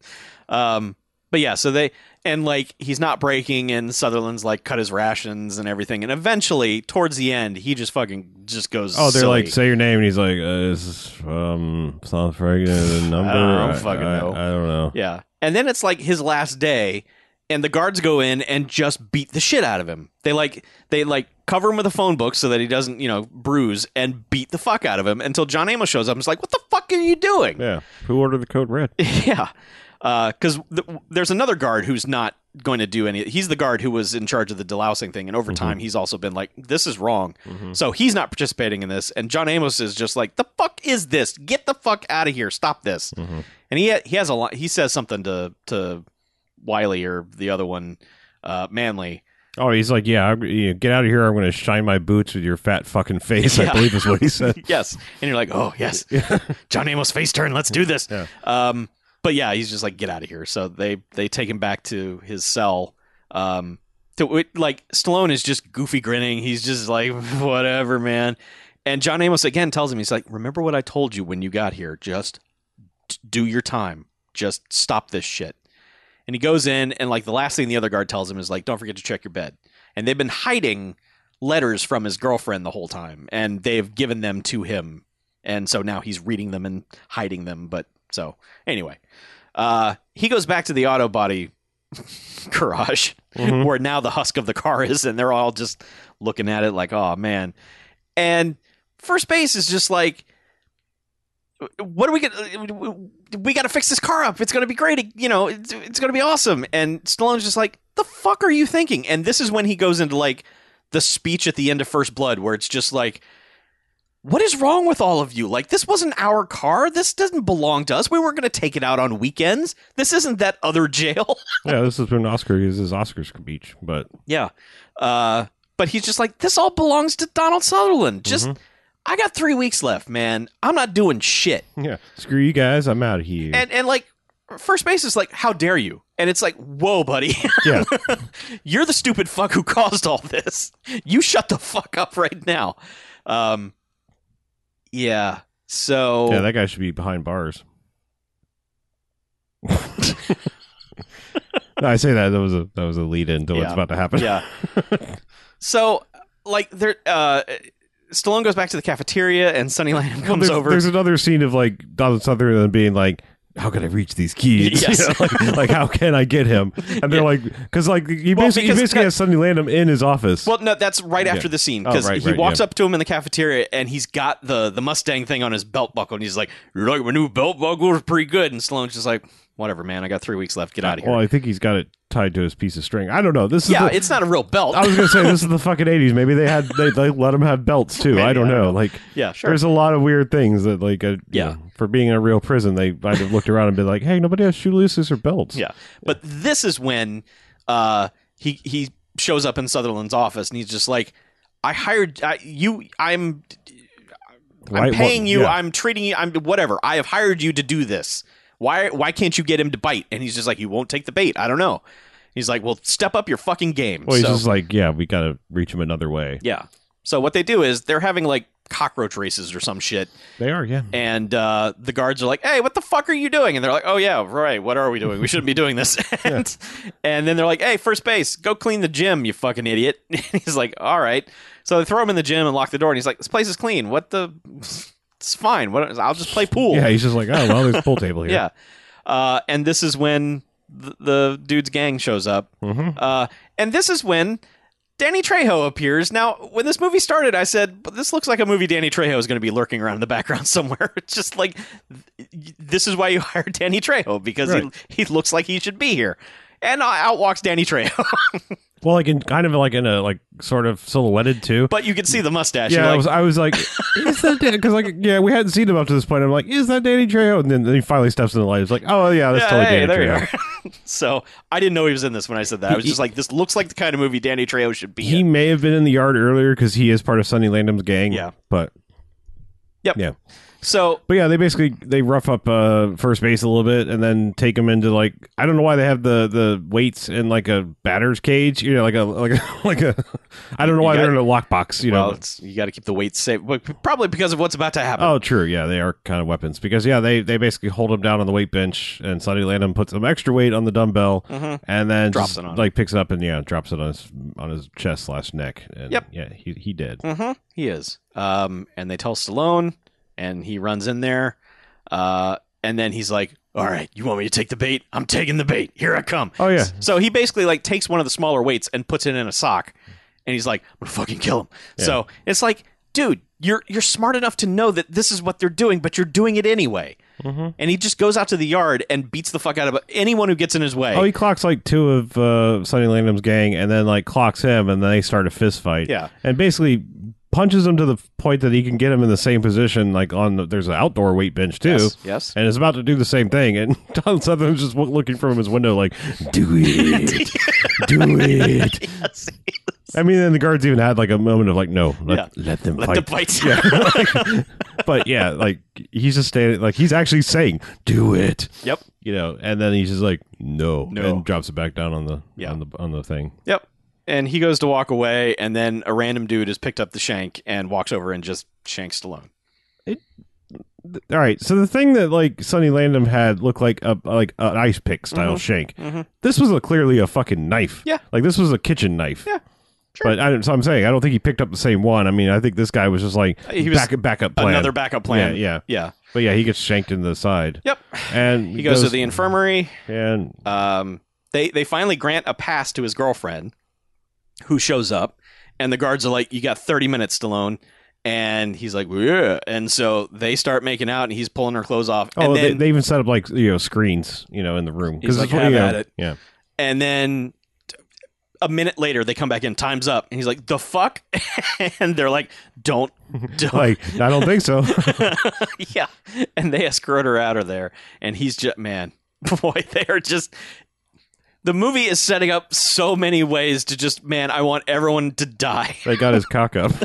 [SPEAKER 1] um, but yeah, so they and like he's not breaking, and Sutherland's like cut his rations and everything, and eventually towards the end, he just fucking just goes.
[SPEAKER 2] Oh, they're
[SPEAKER 1] silly.
[SPEAKER 2] like, say your name, and he's like, uh, this is um, South Frank, uh, the number.
[SPEAKER 1] I don't fucking
[SPEAKER 2] I,
[SPEAKER 1] know.
[SPEAKER 2] I don't know.
[SPEAKER 1] Yeah. And then it's like his last day and the guards go in and just beat the shit out of him. They like they like cover him with a phone book so that he doesn't, you know, bruise and beat the fuck out of him until John Amos shows up and is like, "What the fuck are you doing?"
[SPEAKER 2] Yeah. Who ordered the code red?
[SPEAKER 1] Yeah, because th- there's another guard who's not going to do any. He's the guard who was in charge of the delousing thing, and over time he's also been like, "This is wrong." So he's not participating in this, and John Amos is just like, "The fuck is this? Get the fuck out of here! Stop this!" And he he has a lot. He says something to to Wiley or the other one, uh, Manly.
[SPEAKER 2] Oh, he's like, yeah, I'm, you know, get out of here. I'm going to shine my boots with your fat fucking face.
[SPEAKER 1] Yeah.
[SPEAKER 2] I believe is what he said.
[SPEAKER 1] Yes, and you're like, "Oh yes, John Amos face turn. Let's do this."
[SPEAKER 2] Yeah.
[SPEAKER 1] Um, but yeah, he's just like, get out of here. So they they take him back to his cell. Um, to it, like Stallone is just goofy grinning. He's just like, whatever, man. And John Amos again tells him, he's like, remember what I told you when you got here? Just d- do your time. Just stop this shit. And he goes in, and like the last thing the other guard tells him is like, don't forget to check your bed. And they've been hiding letters from his girlfriend the whole time, and they've given them to him. And so now he's reading them and hiding them. But so anyway, uh, he goes back to the auto body garage
[SPEAKER 2] Mhm.
[SPEAKER 1] where now the husk of the car is, and they're all just looking at it like, oh man. And first base is just like, what are we gonna? We got to fix this car up. It's gonna be great. You know, it's, it's gonna be awesome. And Stallone's just like, the fuck are you thinking? And this is when he goes into like the speech at the end of First Blood, where it's just like, what is wrong with all of you? Like, this wasn't our car. This doesn't belong to us. We weren't going to take it out on weekends. This isn't that other jail.
[SPEAKER 2] yeah, this is when Oscar uses Oscar's speech, but
[SPEAKER 1] yeah. Uh, but he's just like, this all belongs to Donald Sutherland. Just,
[SPEAKER 2] Mm-hmm.
[SPEAKER 1] I got three weeks left, man. I'm not doing shit.
[SPEAKER 2] yeah, screw you guys. I'm out of here.
[SPEAKER 1] And, and like, first base is like, how dare you? And it's like, whoa, buddy.
[SPEAKER 2] yeah,
[SPEAKER 1] you're the stupid fuck who caused all this. You shut the fuck up right now. Um, yeah. So
[SPEAKER 2] yeah, that guy should be behind bars. no, I say that that was a that was a lead in to
[SPEAKER 1] Yeah.
[SPEAKER 2] what's about to happen.
[SPEAKER 1] Yeah. so, like, there, uh, Stallone goes back to the cafeteria, and Sonny Landham comes
[SPEAKER 2] there's,
[SPEAKER 1] over.
[SPEAKER 2] there's another scene of like Donald Sutherland being like, "How can I reach these kids?
[SPEAKER 1] Yes.
[SPEAKER 2] like, like, how can I get him?" And they're
[SPEAKER 1] Yeah.
[SPEAKER 2] like, "Cause like he
[SPEAKER 1] Well,
[SPEAKER 2] basically,
[SPEAKER 1] because-
[SPEAKER 2] he basically has Sonny Landham in his office."
[SPEAKER 1] well, no, that's right
[SPEAKER 2] Yeah.
[SPEAKER 1] after the scene
[SPEAKER 2] Oh,
[SPEAKER 1] because
[SPEAKER 2] right,
[SPEAKER 1] he
[SPEAKER 2] right,
[SPEAKER 1] walks
[SPEAKER 2] yeah.
[SPEAKER 1] up to him in the cafeteria, and he's got the the Mustang thing on his belt buckle, and he's like, "You like my new belt buckle? It's pretty good." And Stallone's just like, "Whatever, man. I got three weeks left. Get out of here."
[SPEAKER 2] Uh, Well, I think he's got it tied to his piece of string. I don't know. This is
[SPEAKER 1] yeah,
[SPEAKER 2] the-
[SPEAKER 1] it's not a real belt.
[SPEAKER 2] I was gonna say this is the fucking eighties. Maybe they had they, they let them have belts too.
[SPEAKER 1] Maybe,
[SPEAKER 2] I don't know. Like
[SPEAKER 1] yeah, sure.
[SPEAKER 2] there's a lot of weird things that like uh, you
[SPEAKER 1] Yeah.
[SPEAKER 2] know, for being in a real prison they might have looked around and been like, hey, nobody has shoelaces or belts.
[SPEAKER 1] Yeah. But this is when uh, he he shows up in Sutherland's office and he's just like, I hired I, you. I'm I'm
[SPEAKER 2] Right,
[SPEAKER 1] paying
[SPEAKER 2] well,
[SPEAKER 1] you.
[SPEAKER 2] yeah.
[SPEAKER 1] I'm treating you. I'm whatever. I have hired you to do this. Why why can't you get him to bite? And he's just like, you won't take the bait. I don't know. He's like, well, step up your fucking game.
[SPEAKER 2] Well, he's
[SPEAKER 1] So-
[SPEAKER 2] just like, yeah, we gotta reach him another way.
[SPEAKER 1] yeah. So what they do is they're having like cockroach races or some shit,
[SPEAKER 2] They are, yeah.
[SPEAKER 1] and uh, the guards are like, "Hey, what the fuck are you doing?" And they're like, "Oh yeah, right. What are we doing? We shouldn't be doing this." and, and then they're like, "Hey, first base, go clean the gym, you fucking idiot." And he's like, "All right." So they throw him in the gym and lock the door, and he's like, "This place is clean. What the? It's fine. What? I'll just play pool."
[SPEAKER 2] Yeah, he's just like, oh well, there's a pool table here.
[SPEAKER 1] Yeah. Uh, and this is when the, the dude's gang shows up.
[SPEAKER 2] Mhm.
[SPEAKER 1] Uh, and this is when Danny Trejo appears. Now, when this movie started, I said, but this looks like a movie Danny Trejo is going to be lurking around in the background somewhere. It's just like, th- this is why you hired Danny Trejo, because
[SPEAKER 2] Right.
[SPEAKER 1] he, he looks like he should be here. And I- out walks Danny Trejo,
[SPEAKER 2] Well, like in kind of like in a like sort of silhouetted too.
[SPEAKER 1] but you can see the mustache.
[SPEAKER 2] yeah,
[SPEAKER 1] You're
[SPEAKER 2] I
[SPEAKER 1] like,
[SPEAKER 2] was I was like, is that because like yeah, we hadn't seen him up to this point. I'm like, is that Danny Trejo? And then, then he finally steps in the light. It's like, oh yeah, that's
[SPEAKER 1] "Yeah,
[SPEAKER 2] totally
[SPEAKER 1] hey,
[SPEAKER 2] Danny
[SPEAKER 1] there you
[SPEAKER 2] Trejo.
[SPEAKER 1] are." so I didn't know he was in this when I said that. I was
[SPEAKER 2] He-
[SPEAKER 1] just like, this looks like the kind of movie Danny Trejo should be. in.
[SPEAKER 2] He may have been in the yard earlier because he is part of Sonny Landham's gang.
[SPEAKER 1] Yeah.
[SPEAKER 2] but
[SPEAKER 1] Yep.
[SPEAKER 2] yeah,
[SPEAKER 1] So
[SPEAKER 2] but yeah, they basically they rough up uh, first base a little bit and then take him into like I don't know why they have the the weights in like a batter's cage. You know, like a like a like a I don't know why
[SPEAKER 1] got-
[SPEAKER 2] they're in a lockbox. You
[SPEAKER 1] well,
[SPEAKER 2] know.
[SPEAKER 1] it's, you got to keep the weight safe, but probably because of what's about to happen.
[SPEAKER 2] Oh, true. Yeah, they are kind of weapons because yeah, they they basically hold him down on the weight bench, and Sonny Landham puts some extra weight on the dumbbell, and then
[SPEAKER 1] Mm-hmm. Drops
[SPEAKER 2] just,
[SPEAKER 1] it on him.
[SPEAKER 2] like picks it up and yeah, drops it on his on his chest slash neck. And
[SPEAKER 1] Yep.
[SPEAKER 2] Yeah, he he did.
[SPEAKER 1] hmm He is. Um, and they tell Stallone, and he runs in there, uh, and then he's like, "All right, you want me to take the bait? I'm taking the bait. Here I come."
[SPEAKER 2] Oh yeah,
[SPEAKER 1] So he basically like takes one of the smaller weights and puts it in a sock, and he's like, "I'm gonna fucking kill him."
[SPEAKER 2] Yeah.
[SPEAKER 1] So it's like, dude, you're you're smart enough to know that this is what they're doing, but you're doing it anyway.
[SPEAKER 2] Mhm.
[SPEAKER 1] And he just goes out to the yard and beats the fuck out of anyone who gets in his way.
[SPEAKER 2] Oh, he clocks like two of uh, Sonny Landham's gang, and then like clocks him, and then they start a fist fight.
[SPEAKER 1] Yeah.
[SPEAKER 2] and basically punches him to the point that he can get him in the same position. Like on the, there's an outdoor weight bench too.
[SPEAKER 1] Yes, yes.
[SPEAKER 2] and is about to do the same thing, and Don Sutherland's just wo- looking from his window, like, "Do it, do it."
[SPEAKER 1] Yes.
[SPEAKER 2] I mean, and the guards even had like a moment of like, "No, let,
[SPEAKER 1] Yeah.
[SPEAKER 2] let them
[SPEAKER 1] Let
[SPEAKER 2] fight."
[SPEAKER 1] the bites.
[SPEAKER 2] but yeah, like he's just standing, like he's actually saying, "Do it."
[SPEAKER 1] Yep.
[SPEAKER 2] you know, and then he's just like, no,
[SPEAKER 1] No.
[SPEAKER 2] and drops it back down on the
[SPEAKER 1] Yeah.
[SPEAKER 2] on the on the thing.
[SPEAKER 1] Yep. And he goes to walk away, and then a random dude has picked up the shank and walks over and just shanks Stallone.
[SPEAKER 2] Th- All right, so the thing that like Sonny Landham had looked like a like an ice pick style
[SPEAKER 1] Mhm.
[SPEAKER 2] shank.
[SPEAKER 1] Mhm.
[SPEAKER 2] This was a, clearly a fucking knife.
[SPEAKER 1] Yeah.
[SPEAKER 2] like this was a kitchen knife.
[SPEAKER 1] Yeah, sure.
[SPEAKER 2] But I don't, so I'm saying I don't think he picked up the same one. I mean, I think this guy was just like
[SPEAKER 1] He was
[SPEAKER 2] back backup plan.
[SPEAKER 1] Another backup plan.
[SPEAKER 2] Yeah, yeah.
[SPEAKER 1] Yeah.
[SPEAKER 2] But yeah, he gets shanked in the side.
[SPEAKER 1] Yep.
[SPEAKER 2] And
[SPEAKER 1] He goes to the infirmary.
[SPEAKER 2] and
[SPEAKER 1] Um, they they finally grant a pass to his girlfriend, who shows up, and the guards are like, "You got thirty minutes, Stallone." And he's like, "Yeah." And so they start making out, and he's pulling her clothes off.
[SPEAKER 2] oh,
[SPEAKER 1] and
[SPEAKER 2] they,
[SPEAKER 1] then,
[SPEAKER 2] they even set up like you know screens you know in the room
[SPEAKER 1] He's
[SPEAKER 2] it's
[SPEAKER 1] like,
[SPEAKER 2] what-
[SPEAKER 1] "Have
[SPEAKER 2] yeah,
[SPEAKER 1] at it."
[SPEAKER 2] Yeah,
[SPEAKER 1] and then a minute later, they come back in. Time's up, and he's like, "The fuck!" and they're like, "Don't, don't."
[SPEAKER 2] like I don't think so.
[SPEAKER 1] yeah. And they escort her out of there. And he's just, man, boy, they are just. The movie is setting up so many ways to just, man, I want everyone to die.
[SPEAKER 2] they got his cock up.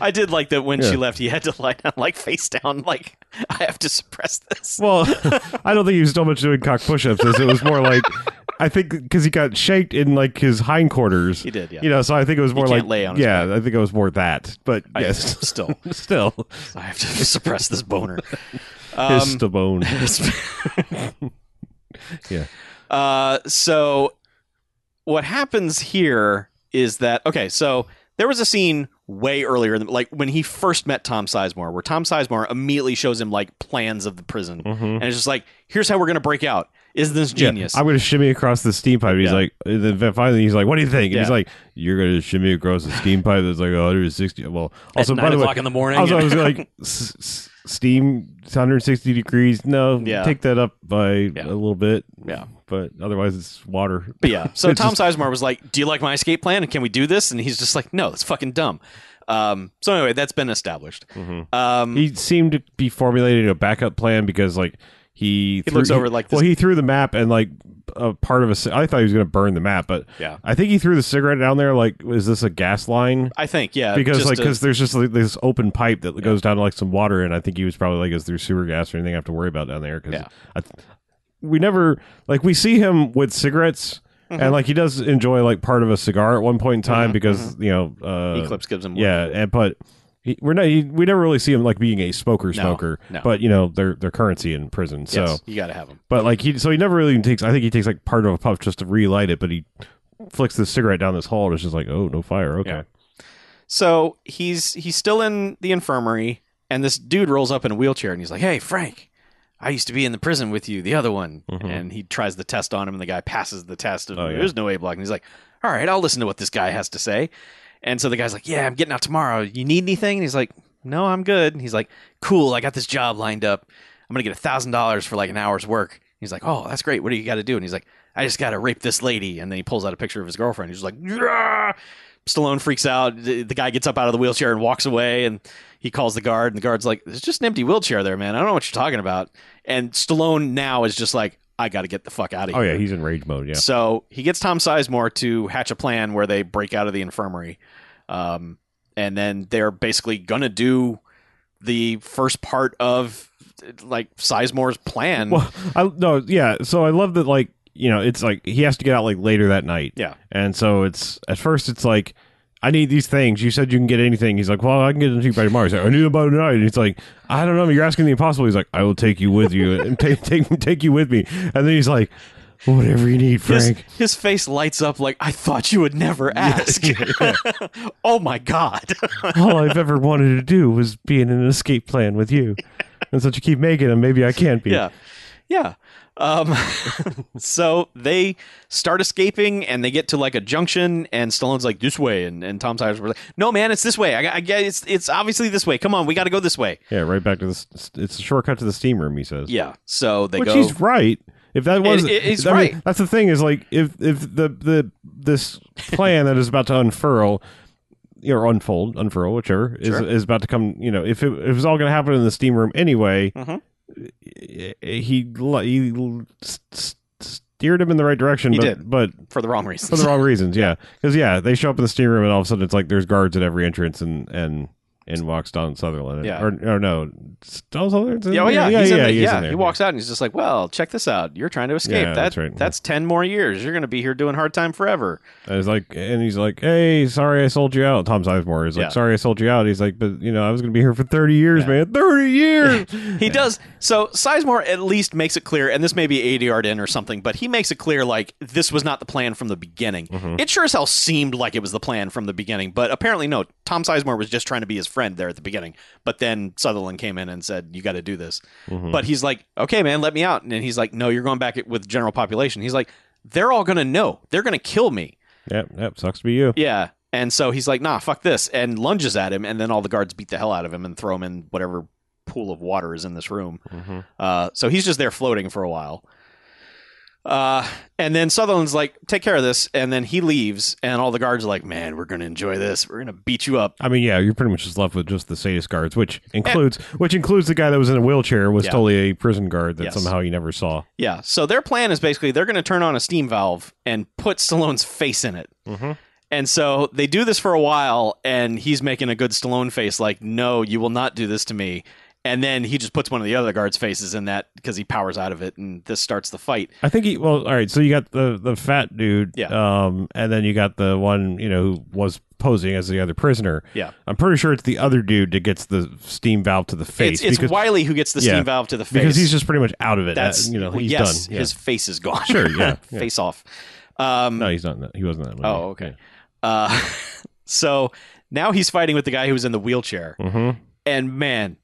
[SPEAKER 1] I did like that when
[SPEAKER 2] Yeah.
[SPEAKER 1] she left, he had to lie down, like face down, like, I have to suppress this.
[SPEAKER 2] Well, I don't think he was so much doing cock push-ups as it was more like I think because he got shanked in like his hindquarters.
[SPEAKER 1] He did, yeah.
[SPEAKER 2] You know, so I think it was more
[SPEAKER 1] can't
[SPEAKER 2] like
[SPEAKER 1] lay on his
[SPEAKER 2] yeah. I think it was more that, but
[SPEAKER 1] I-
[SPEAKER 2] yes,
[SPEAKER 1] Still,
[SPEAKER 2] still
[SPEAKER 1] I have to suppress this boner. Um,
[SPEAKER 2] his the bone. Yeah.
[SPEAKER 1] Uh, so what happens here is that okay, so there was a scene way earlier, in the- like when he first met Tom Sizemore, where Tom Sizemore immediately shows him like plans of the prison,
[SPEAKER 2] Mhm.
[SPEAKER 1] and it's just like, here's how we're gonna break out. Is this
[SPEAKER 2] Yeah,
[SPEAKER 1] genius?
[SPEAKER 2] I'm going to shimmy across the steam pipe. He's
[SPEAKER 1] Yeah.
[SPEAKER 2] like, and then finally, he's like, "What do you think?" And he's
[SPEAKER 1] Yeah.
[SPEAKER 2] like, "You're going to shimmy across the steam pipe that's like 160." Well, also
[SPEAKER 1] At
[SPEAKER 2] by
[SPEAKER 1] nine
[SPEAKER 2] the way,
[SPEAKER 1] o'clock in the morning.
[SPEAKER 2] also I was like, s- s- "Steam 160 degrees." No,
[SPEAKER 1] Yeah.
[SPEAKER 2] take that up by a little bit.
[SPEAKER 1] yeah.
[SPEAKER 2] but otherwise it's water.
[SPEAKER 1] But yeah, so
[SPEAKER 2] It's
[SPEAKER 1] Tom
[SPEAKER 2] just-
[SPEAKER 1] Sizemore was like, "Do you like my escape plan? And can we do this?" And he's just like, "No, it's fucking dumb." Um, so anyway, that's been established.
[SPEAKER 2] Mm-hmm.
[SPEAKER 1] Um,
[SPEAKER 2] He seemed to be formulating a backup plan because like he, threw,
[SPEAKER 1] looks over like this-
[SPEAKER 2] well he threw the map and like a part of a ci- I thought he was going to burn the map, but
[SPEAKER 1] Yeah.
[SPEAKER 2] I think he threw the cigarette down there. Like, is this a gas line?
[SPEAKER 1] I think yeah,
[SPEAKER 2] Because
[SPEAKER 1] just uh,
[SPEAKER 2] like
[SPEAKER 1] a-
[SPEAKER 2] because there's just like, this open pipe that goes down to like some water, and I think he was probably like, is there sewer gas or anything I have to worry about down there? Because
[SPEAKER 1] Yeah.
[SPEAKER 2] I th- we never like we see him with cigarettes.
[SPEAKER 1] Mm-hmm.
[SPEAKER 2] And like he does enjoy like part of a cigar at one point in time
[SPEAKER 1] Mhm,
[SPEAKER 2] because you know uh,
[SPEAKER 1] Eclipse gives him
[SPEAKER 2] Yeah, and but he, we're not. He, we never really see him like being a smoker,
[SPEAKER 1] No,
[SPEAKER 2] smoker.
[SPEAKER 1] no.
[SPEAKER 2] But you know, their their currency in prison. So,
[SPEAKER 1] yes, you got to have him.
[SPEAKER 2] but like he, so he never really even takes. I think he takes like part of a puff just to relight it. But he flicks the cigarette down this hall and it's just like, oh, no fire. Okay,
[SPEAKER 1] Yeah. So he's he's still in the infirmary, and this dude rolls up in a wheelchair, and he's like, "Hey, Frank, I used to be in the prison with you, the other one."
[SPEAKER 2] Mhm.
[SPEAKER 1] And he tries the test on him, and the guy passes the test, and
[SPEAKER 2] Oh, yeah.
[SPEAKER 1] there's no A block. And he's like, "All right, I'll listen to what this guy has to say." And so the guy's like, "Yeah, I'm getting out tomorrow. You need anything?" And he's like, "No, I'm good." And he's like, "Cool, I got this job lined up. I'm gonna get a thousand dollars for like an hour's work." He's like, "Oh, that's great. What do you got to do?" And he's like, "I just got to rape this lady." And then he pulls out a picture of his girlfriend. He's just like, "Yeah!" Stallone freaks out. The the guy gets up out of the wheelchair and walks away, and he calls the guard. And the guard's like, "There's just an empty wheelchair there, man. I don't know what you're talking about." And Stallone now is just like, "I got to get the fuck out of
[SPEAKER 2] oh
[SPEAKER 1] here."
[SPEAKER 2] yeah, he's in rage mode. Yeah,
[SPEAKER 1] So he gets Tom Sizemore to hatch a plan where they break out of the infirmary, um, and then they're basically gonna do the first part of like Sizemore's plan.
[SPEAKER 2] Well, I no, yeah. So I love that, like you know, it's like he has to get out like later that night.
[SPEAKER 1] Yeah.
[SPEAKER 2] and so it's at first it's like. I need these things. You said you can get anything. He's like, well, I can get them to you by tomorrow. He's like, I need them by tonight. And he's like, I don't know. You're asking the impossible. He's like, I will take you with you and take take take you with me. And then he's like, whatever you need,
[SPEAKER 1] his,
[SPEAKER 2] Frank.
[SPEAKER 1] his face lights up like I thought you would never ask. oh my god!
[SPEAKER 2] All I've ever wanted to do was be in an escape plan with you. And since you keep making them, maybe I can't be.
[SPEAKER 1] yeah, yeah. Um, so they start escaping and they get to like a junction and Stallone's like this way and, and Tom Sawyer's like, no man, it's this way. I, I guess it's it's obviously this way. Come on, we got to go this way.
[SPEAKER 2] Yeah, right back to this. It's a shortcut to the steam room. He says.
[SPEAKER 1] Yeah. So they
[SPEAKER 2] Which
[SPEAKER 1] go.
[SPEAKER 2] he's right. If that was,
[SPEAKER 1] It- it- he's
[SPEAKER 2] I mean,
[SPEAKER 1] right.
[SPEAKER 2] that's the thing is like if if the the this plan that is about to unfurl, you know, or unfold, unfurl, whichever is
[SPEAKER 1] Sure.
[SPEAKER 2] is about to come. You know, if it, if it was all going to happen in the steam room anyway,
[SPEAKER 1] Mhm.
[SPEAKER 2] eh, eh, he l- he l- s- s- steered him in the right direction.
[SPEAKER 1] He
[SPEAKER 2] but,
[SPEAKER 1] did.
[SPEAKER 2] but
[SPEAKER 1] for the wrong
[SPEAKER 2] for
[SPEAKER 1] reasons.
[SPEAKER 2] the wrong reasons. Yeah, because yeah, they show up in the steam room and all of a sudden it's like there's guards at every entrance and and. And walks Don Sutherland.
[SPEAKER 1] Yeah.
[SPEAKER 2] Or, or no, Don Sutherland's in
[SPEAKER 1] Yeah, oh,
[SPEAKER 2] there?
[SPEAKER 1] yeah, he's in there.
[SPEAKER 2] he's in
[SPEAKER 1] yeah,
[SPEAKER 2] there.
[SPEAKER 1] he walks out and he's just like, "Well, check this out. You're trying to escape. that,
[SPEAKER 2] Yeah, that's right.
[SPEAKER 1] That's ten more years. You're going to be here doing hard time forever."
[SPEAKER 2] And he's like, and he's like, hey, sorry I sold you out. Tom Sizemore is like,
[SPEAKER 1] Yeah.
[SPEAKER 2] sorry I sold you out. He's like, but you know, I was gonna be here for thirty years,
[SPEAKER 1] Yeah.
[SPEAKER 2] man, thirty years.
[SPEAKER 1] He does. So Sizemore at least makes it clear, and this may be ADR in or something, but he makes it clear like this was not the plan from the beginning. It sure as hell seemed like it was the plan from the beginning, but apparently no. Tom Sizemore was just trying to be his friend there at the beginning, but then Sutherland came in and said, "You got to do this."
[SPEAKER 2] Mm-hmm.
[SPEAKER 1] But he's like, "Okay, man, let me out," and then he's like, "No, you're going back with general population." He's like, "They're all gonna know. They're gonna kill me."
[SPEAKER 2] yep, yep, sucks to be you.
[SPEAKER 1] Yeah. And so he's like, nah, fuck this, and lunges at him, and then all the guards beat the hell out of him and throw him in whatever pool of water is in this room. Uh, so he's just there floating for a while. Uh, and then Sutherland's like, take care of this. And then he leaves, and all the guards are like, man, we're going to enjoy this. We're going to beat you up.
[SPEAKER 2] I mean, yeah, you're pretty much just left with just the sadist guards, which includes which includes the guy that was in a wheelchair was
[SPEAKER 1] Yeah.
[SPEAKER 2] totally a prison guard that
[SPEAKER 1] Yes.
[SPEAKER 2] somehow you never saw.
[SPEAKER 1] Yeah. So their plan is basically they're going to turn on a steam valve and put Stallone's face in it.
[SPEAKER 2] Mhm.
[SPEAKER 1] And so they do this for a while, and he's making a good Stallone face, like, no, you will not do this to me. And then he just puts one of the other guards' faces in that because he powers out of it, and this starts the fight.
[SPEAKER 2] I think he well, all right. So you got the the fat dude,
[SPEAKER 1] Yeah.
[SPEAKER 2] um, and then you got the one you know who was posing as the other prisoner.
[SPEAKER 1] Yeah.
[SPEAKER 2] I'm pretty sure it's the other dude that gets the steam valve to the face
[SPEAKER 1] It's, it's Wiley who gets the
[SPEAKER 2] Yeah.
[SPEAKER 1] steam valve to the face.
[SPEAKER 2] because he's just pretty much out of it.
[SPEAKER 1] That's
[SPEAKER 2] Uh, you know
[SPEAKER 1] well,
[SPEAKER 2] he's
[SPEAKER 1] yes,
[SPEAKER 2] done. Yeah.
[SPEAKER 1] His face is gone.
[SPEAKER 2] Sure, yeah, yeah.
[SPEAKER 1] face off. Um,
[SPEAKER 2] no, he's not. In that. He wasn't in that. Movie.
[SPEAKER 1] oh, okay. Uh, so now he's fighting with the guy who was in the wheelchair,
[SPEAKER 2] Mm-hmm.
[SPEAKER 1] and man,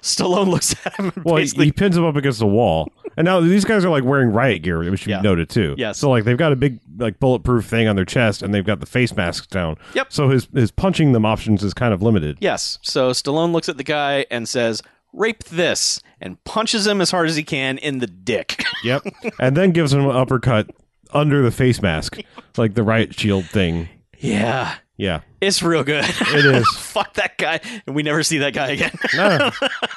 [SPEAKER 1] Stallone looks at him and
[SPEAKER 2] Well, he,
[SPEAKER 1] basically,
[SPEAKER 2] he pins him up against the wall, and now these guys are like wearing riot gear, which should
[SPEAKER 1] Yeah.
[SPEAKER 2] be noted too.
[SPEAKER 1] Yes.
[SPEAKER 2] So like they've got a big like bulletproof thing on their chest, and they've got the face masks down.
[SPEAKER 1] Yep.
[SPEAKER 2] So his his punching them options is kind of limited.
[SPEAKER 1] yes. So Stallone looks at the guy and says, "Rape this," and punches him as hard as he can in the dick.
[SPEAKER 2] Yep. and then gives him an uppercut under the face mask, like the riot shield thing.
[SPEAKER 1] yeah,
[SPEAKER 2] Yeah.
[SPEAKER 1] it's real good.
[SPEAKER 2] It is.
[SPEAKER 1] Fuck that guy, and we never see that guy again.
[SPEAKER 2] no.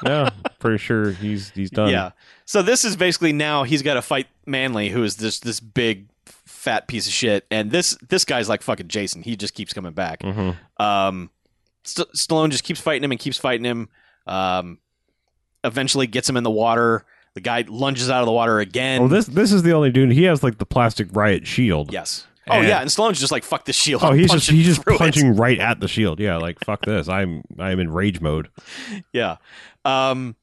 [SPEAKER 2] No. Pretty sure he's he's done.
[SPEAKER 1] Yeah. So this is basically now he's got to fight Manly, who is this this big fat piece of shit, and this this guy's like fucking Jason. He just keeps coming back.
[SPEAKER 2] hmm
[SPEAKER 1] Um, St- Stallone just keeps fighting him and keeps fighting him. Um, eventually gets him in the water. The guy lunges out of the water again.
[SPEAKER 2] Well, Oh, this this is the only dude. He has like the plastic riot shield.
[SPEAKER 1] yes. Oh
[SPEAKER 2] And-
[SPEAKER 1] yeah, and Stallone's just like fuck this shield.
[SPEAKER 2] Oh,
[SPEAKER 1] I'm
[SPEAKER 2] he's just
[SPEAKER 1] punching
[SPEAKER 2] he's just
[SPEAKER 1] through it.
[SPEAKER 2] punching right at the shield. Yeah, like fuck this. I'm I'm in rage mode.
[SPEAKER 1] Yeah. Um,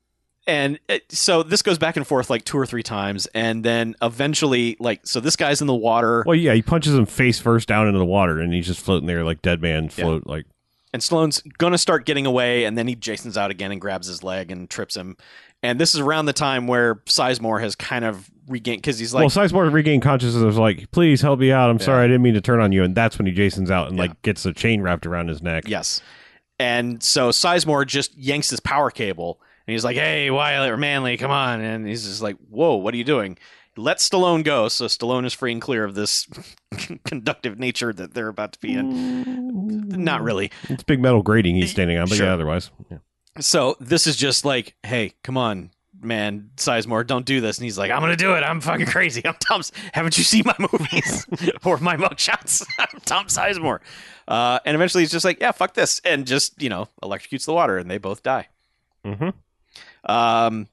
[SPEAKER 1] and it, so this goes back and forth like two or three times, and then eventually, like, so this guy's in the water.
[SPEAKER 2] Well, yeah, he punches him face first down into the water, and he's just floating there like dead man float. Like
[SPEAKER 1] and Stallone's gonna start getting away, and then he Jason's out again and grabs his leg and trips him. And this is around the time where Sizemore has kind of regained because he's like,
[SPEAKER 2] well, Sizemore regained consciousness. Was like, please help me out. I'm sorry, I didn't mean to turn on you. And that's when he Jason's out and
[SPEAKER 1] Yeah.
[SPEAKER 2] like gets a chain wrapped around his neck.
[SPEAKER 1] yes. And so Sizemore just yanks his power cable, and he's like, "Hey, Wiley or Manly, come on!" And he's just like, "Whoa, what are you doing?" Let Stallone go, so Stallone is free and clear of this conductive nature that they're about to be in. Not really.
[SPEAKER 2] It's big metal grating he's standing on, but
[SPEAKER 1] Sure.
[SPEAKER 2] yeah, otherwise, yeah.
[SPEAKER 1] So this is just like, hey, come on, man, Sizemore, don't do this. And he's like, I'm gonna do it. I'm fucking crazy. I'm Tom. Haven't you seen my movies or my mugshots? I'm Tom Sizemore. Uh, and eventually, he's just like, yeah, fuck this, and just you know, electrocutes the water, and they both die.
[SPEAKER 2] Mhm.
[SPEAKER 1] Um,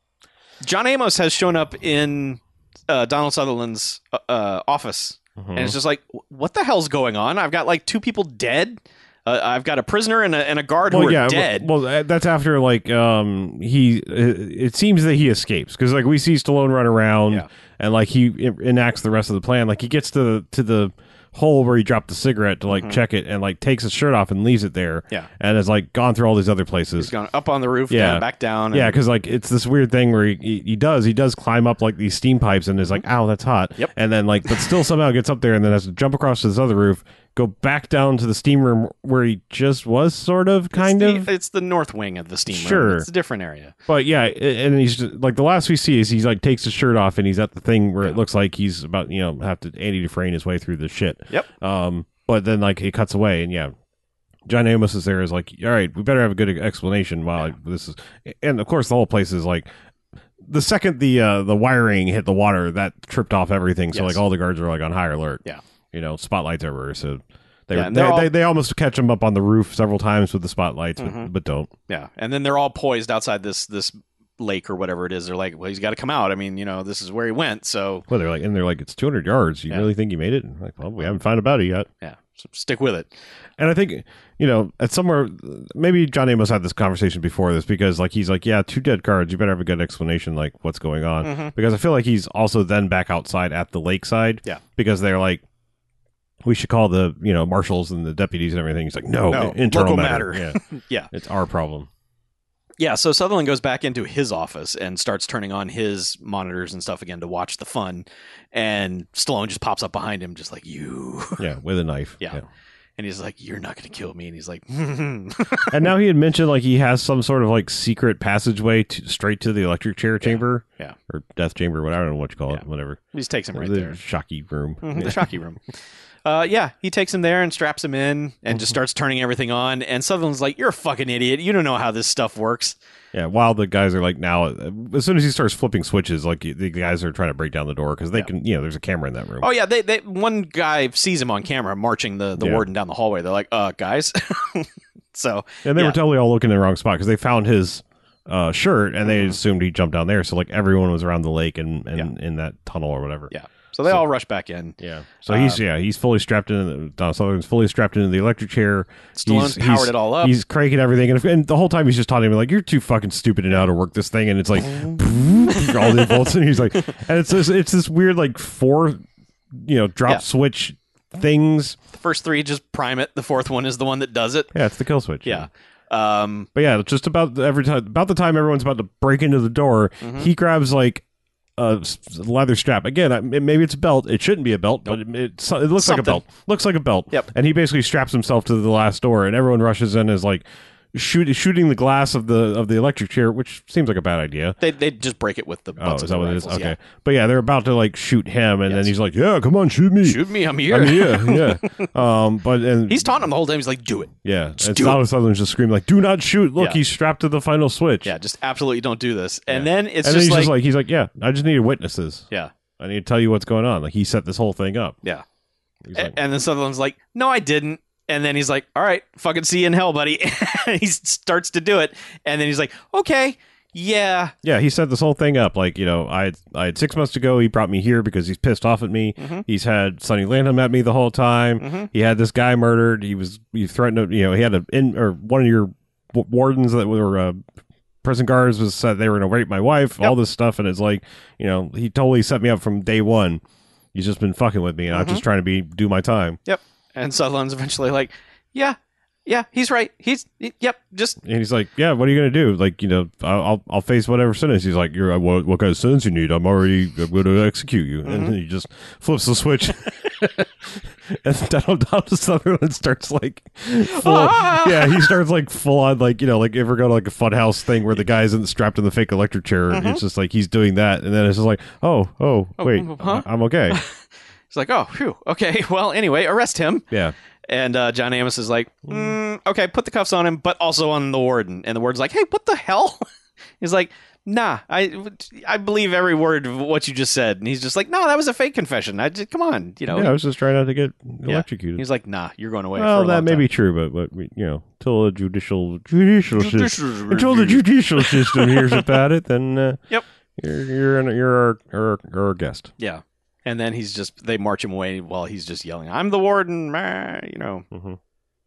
[SPEAKER 1] John Amos has shown up in uh, Donald Sutherland's uh, uh, office and
[SPEAKER 2] Mm-hmm.
[SPEAKER 1] it's just like, "Wh- what the hell's going on? I've got like two people dead. Uh, I've got a prisoner and a, and a guard who
[SPEAKER 2] Well,
[SPEAKER 1] are
[SPEAKER 2] yeah.
[SPEAKER 1] dead.
[SPEAKER 2] Well, uh, that's after like um he. It, it seems that he escapes because like we see Stallone run around
[SPEAKER 1] Yeah.
[SPEAKER 2] and like he en- enacts the rest of the plan. Like he gets to the to the hole where he dropped the cigarette to like
[SPEAKER 1] Mhm.
[SPEAKER 2] check it and like takes his shirt off and leaves it there.
[SPEAKER 1] Yeah.
[SPEAKER 2] And has like gone through all these other
[SPEAKER 1] He's
[SPEAKER 2] places.
[SPEAKER 1] gone up on the roof,
[SPEAKER 2] Yeah.
[SPEAKER 1] down, back down. and-
[SPEAKER 2] Yeah, because like it's this weird thing where he, he, he does he does climb up like these steam pipes and is like, ow, that's hot.
[SPEAKER 1] Mm-hmm. Yep.
[SPEAKER 2] And then like, but still somehow gets up there and then has to jump across to this other roof, go back down to the steam room where he just was, sort of, kind
[SPEAKER 1] it's
[SPEAKER 2] of.
[SPEAKER 1] The, it's the north wing of the steam room.
[SPEAKER 2] Sure.
[SPEAKER 1] It's a different area.
[SPEAKER 2] But yeah, a- and he's just, like the last we see is he's like takes his shirt off and he's at the thing where it looks like he's about you know have to Andy Dufresne his way through the shit.
[SPEAKER 1] Yep.
[SPEAKER 2] Um, but then like it cuts away and yeah, John Amos is there is like, all right, we better have a good explanation while I- this is, and of course the whole place is like. The second the uh, the wiring hit the water, that tripped off everything. So
[SPEAKER 1] Yes.
[SPEAKER 2] like all the guards are like on high alert.
[SPEAKER 1] Yeah.
[SPEAKER 2] you know, spotlights everywhere. So they
[SPEAKER 1] Yeah,
[SPEAKER 2] were,
[SPEAKER 1] and
[SPEAKER 2] they,
[SPEAKER 1] they're all-
[SPEAKER 2] they they almost catch him up on the roof several times with the spotlights,
[SPEAKER 1] Mhm.
[SPEAKER 2] but, but don't.
[SPEAKER 1] Yeah. And then they're all poised outside this this lake or whatever it is. They're like, well, he's got to come out. I mean, you know, this is where he went. So
[SPEAKER 2] Well, they're like, and they're like, it's 200 yards. You
[SPEAKER 1] Yeah.
[SPEAKER 2] really think you made it? And like, well, we haven't found about it yet.
[SPEAKER 1] yeah, so stick with it.
[SPEAKER 2] And I think, you know, at somewhere, maybe John Amos had this conversation before this because, like, he's like, yeah, two dead guards. You better have a good explanation, like, what's going on.
[SPEAKER 1] Mhm.
[SPEAKER 2] Because I feel like he's also then back outside at the lakeside.
[SPEAKER 1] Yeah.
[SPEAKER 2] Because they're like, we should call the, you know, marshals and the deputies and everything. He's like, no,
[SPEAKER 1] No,
[SPEAKER 2] i- internal
[SPEAKER 1] local
[SPEAKER 2] matter.
[SPEAKER 1] matter.
[SPEAKER 2] Yeah.
[SPEAKER 1] Yeah.
[SPEAKER 2] It's our problem.
[SPEAKER 1] Yeah, so Sutherland goes back into his office and starts turning on his monitors and stuff again to watch the fun. And Stallone just pops up behind him, just like, you.
[SPEAKER 2] Yeah. With a knife.
[SPEAKER 1] Yeah. And he's like, you're not going to kill me. And he's like, "Hmm."
[SPEAKER 2] and now he had mentioned like he has some sort of like secret passageway to, straight to the electric chair chamber,
[SPEAKER 1] yeah.
[SPEAKER 2] or death chamber, whatever I don't know what you call it,
[SPEAKER 1] Yeah.
[SPEAKER 2] whatever.
[SPEAKER 1] he just takes him right
[SPEAKER 2] the
[SPEAKER 1] there.
[SPEAKER 2] shocky room.
[SPEAKER 1] Mhm,
[SPEAKER 2] Yeah.
[SPEAKER 1] the shocky room. Uh, yeah, he takes him there and straps him in and
[SPEAKER 2] Mm-hmm.
[SPEAKER 1] just starts turning everything on. And Sutherland's like, you're a fucking idiot. You don't know how this stuff works.
[SPEAKER 2] Yeah, while the guys are like now, uh, as soon as he starts flipping switches, like the guys are trying to break down the door because they
[SPEAKER 1] Yeah.
[SPEAKER 2] can, you know, there's a camera in that room.
[SPEAKER 1] Oh, yeah, they, they one guy sees him on camera marching the, the
[SPEAKER 2] Yeah.
[SPEAKER 1] warden down the hallway. They're like, uh, guys. so,
[SPEAKER 2] and they
[SPEAKER 1] yeah.
[SPEAKER 2] were totally all looking in the wrong spot because they found his uh, shirt and
[SPEAKER 1] Mm-hmm.
[SPEAKER 2] they assumed he jumped down there. So like everyone was around the lake and, and in that tunnel or whatever.
[SPEAKER 1] Yeah. so they
[SPEAKER 2] So-
[SPEAKER 1] all rush back in.
[SPEAKER 2] Yeah. So
[SPEAKER 1] Uh,
[SPEAKER 2] he's yeah he's fully strapped in. Donald Sutherland's fully strapped into the electric chair.
[SPEAKER 1] Stallone's
[SPEAKER 2] He's-
[SPEAKER 1] powered
[SPEAKER 2] he's-
[SPEAKER 1] it all up.
[SPEAKER 2] He's cranking everything, and, if, and the whole time he's just taunting me like, "You're too fucking stupid to know how to work this thing." And it's like all the bolts, and he's like, and it's this, it's this weird like four, you know, drop
[SPEAKER 1] Yeah.
[SPEAKER 2] switch things.
[SPEAKER 1] The first three just prime it. The fourth one is the one that does it.
[SPEAKER 2] Yeah, it's the kill switch.
[SPEAKER 1] Yeah. Um,
[SPEAKER 2] but yeah, just about the- every time, about the time everyone's about to break into the door,
[SPEAKER 1] Mm-hmm.
[SPEAKER 2] he grabs like. A s- leather strap again. I- it- Maybe it's a belt. It shouldn't be a belt, but it, it, so- it looks like
[SPEAKER 1] Something.
[SPEAKER 2] a belt. Looks like a belt.
[SPEAKER 1] Yep.
[SPEAKER 2] And he basically straps himself to the last door, and everyone rushes in and is like shoot, shooting the glass of the of the electric chair, which seems like a bad idea.
[SPEAKER 1] they they just break it with the
[SPEAKER 2] Oh,
[SPEAKER 1] butts of
[SPEAKER 2] is that
[SPEAKER 1] their
[SPEAKER 2] what it is?
[SPEAKER 1] rifles,
[SPEAKER 2] Okay. But yeah, they're about to like shoot him, and then he's like, "Yeah, come on, shoot me."
[SPEAKER 1] Yeah. Shoot me, I'm here.
[SPEAKER 2] I mean, yeah, yeah. um, but and
[SPEAKER 1] He's taunting him the whole time. He's like, "Do it."
[SPEAKER 2] yeah, and
[SPEAKER 1] do it.
[SPEAKER 2] Donald Sutherland's just screaming like, "Do not shoot! Look,
[SPEAKER 1] Yeah.
[SPEAKER 2] he's strapped to the final switch."
[SPEAKER 1] Yeah, just absolutely don't do this. And then it's
[SPEAKER 2] and
[SPEAKER 1] just,
[SPEAKER 2] then he's
[SPEAKER 1] like,
[SPEAKER 2] just like, he's like, "Yeah, I just needed witnesses.
[SPEAKER 1] yeah,
[SPEAKER 2] I need to tell you what's going on." Like he set this whole thing up.
[SPEAKER 1] yeah.
[SPEAKER 2] He's
[SPEAKER 1] A-
[SPEAKER 2] like,
[SPEAKER 1] and then Sutherland's like, "No, I didn't." And then he's like, "All right, fucking see you in hell, buddy." he starts to do it, and then he's like, "Okay, yeah,
[SPEAKER 2] yeah, he set this whole thing up. Like, you know, I had, I had six months to go. He brought me here because he's pissed off at me.
[SPEAKER 1] Mm-hmm.
[SPEAKER 2] He's had Sonny Landham at me the whole time. He had this guy murdered. He was he threatened. to- You know, he had a in or one of your w- wardens that were uh, prison guards was said they were going to rape my wife. All this stuff, and it's like, you know, he totally set me up from day one. He's just been fucking with me, and I'm
[SPEAKER 1] Mm-hmm.
[SPEAKER 2] just trying to be do my time.
[SPEAKER 1] yep." And Sutherland's eventually like, "Yeah, yeah, he's right. He's y- yep, just
[SPEAKER 2] And he's like, "Yeah, what are you going to do? Like, you know, I'll I'll- I'll face whatever sentence." He's like, "You're uh, what, what kind of sentence you need? I'm already I'm going to execute you."
[SPEAKER 1] Mm-hmm.
[SPEAKER 2] And he just flips the switch, and Donald, Donald Sutherland starts like, full,
[SPEAKER 1] Ah!
[SPEAKER 2] yeah, he starts like full on like you know like if we're going to like a funhouse thing where the guy's in, strapped in the fake electric chair,
[SPEAKER 1] Mm-hmm.
[SPEAKER 2] it's just like he's doing that, and then it's just like, "Oh, oh, wait,
[SPEAKER 1] huh?
[SPEAKER 2] I- I'm okay."
[SPEAKER 1] He's like, oh, phew, okay. Well, anyway, arrest him.
[SPEAKER 2] yeah.
[SPEAKER 1] And uh, John Amos is like, mm, okay, put the cuffs on him, but also on the warden. And the warden's like, hey, what the hell? he's like, nah, I, I believe every word of what you just said. And he's just like, no, that was a fake confession. I just, come on, you know.
[SPEAKER 2] Yeah, I was just trying not to get
[SPEAKER 1] Oh. Yeah.
[SPEAKER 2] electrocuted.
[SPEAKER 1] He's like, nah, you're going away.
[SPEAKER 2] Well,
[SPEAKER 1] for a
[SPEAKER 2] that
[SPEAKER 1] long
[SPEAKER 2] may
[SPEAKER 1] time."
[SPEAKER 2] be true, but but we- you know, till a judicial judicial system,
[SPEAKER 1] Judicial
[SPEAKER 2] until the judicial system hears about it, then uh,
[SPEAKER 1] Yep.
[SPEAKER 2] you're you're, an, you're our, our our guest.
[SPEAKER 1] Yeah. And then he's just, they march him away while he's just yelling, I'm the warden, meh," you know.
[SPEAKER 2] Mhm.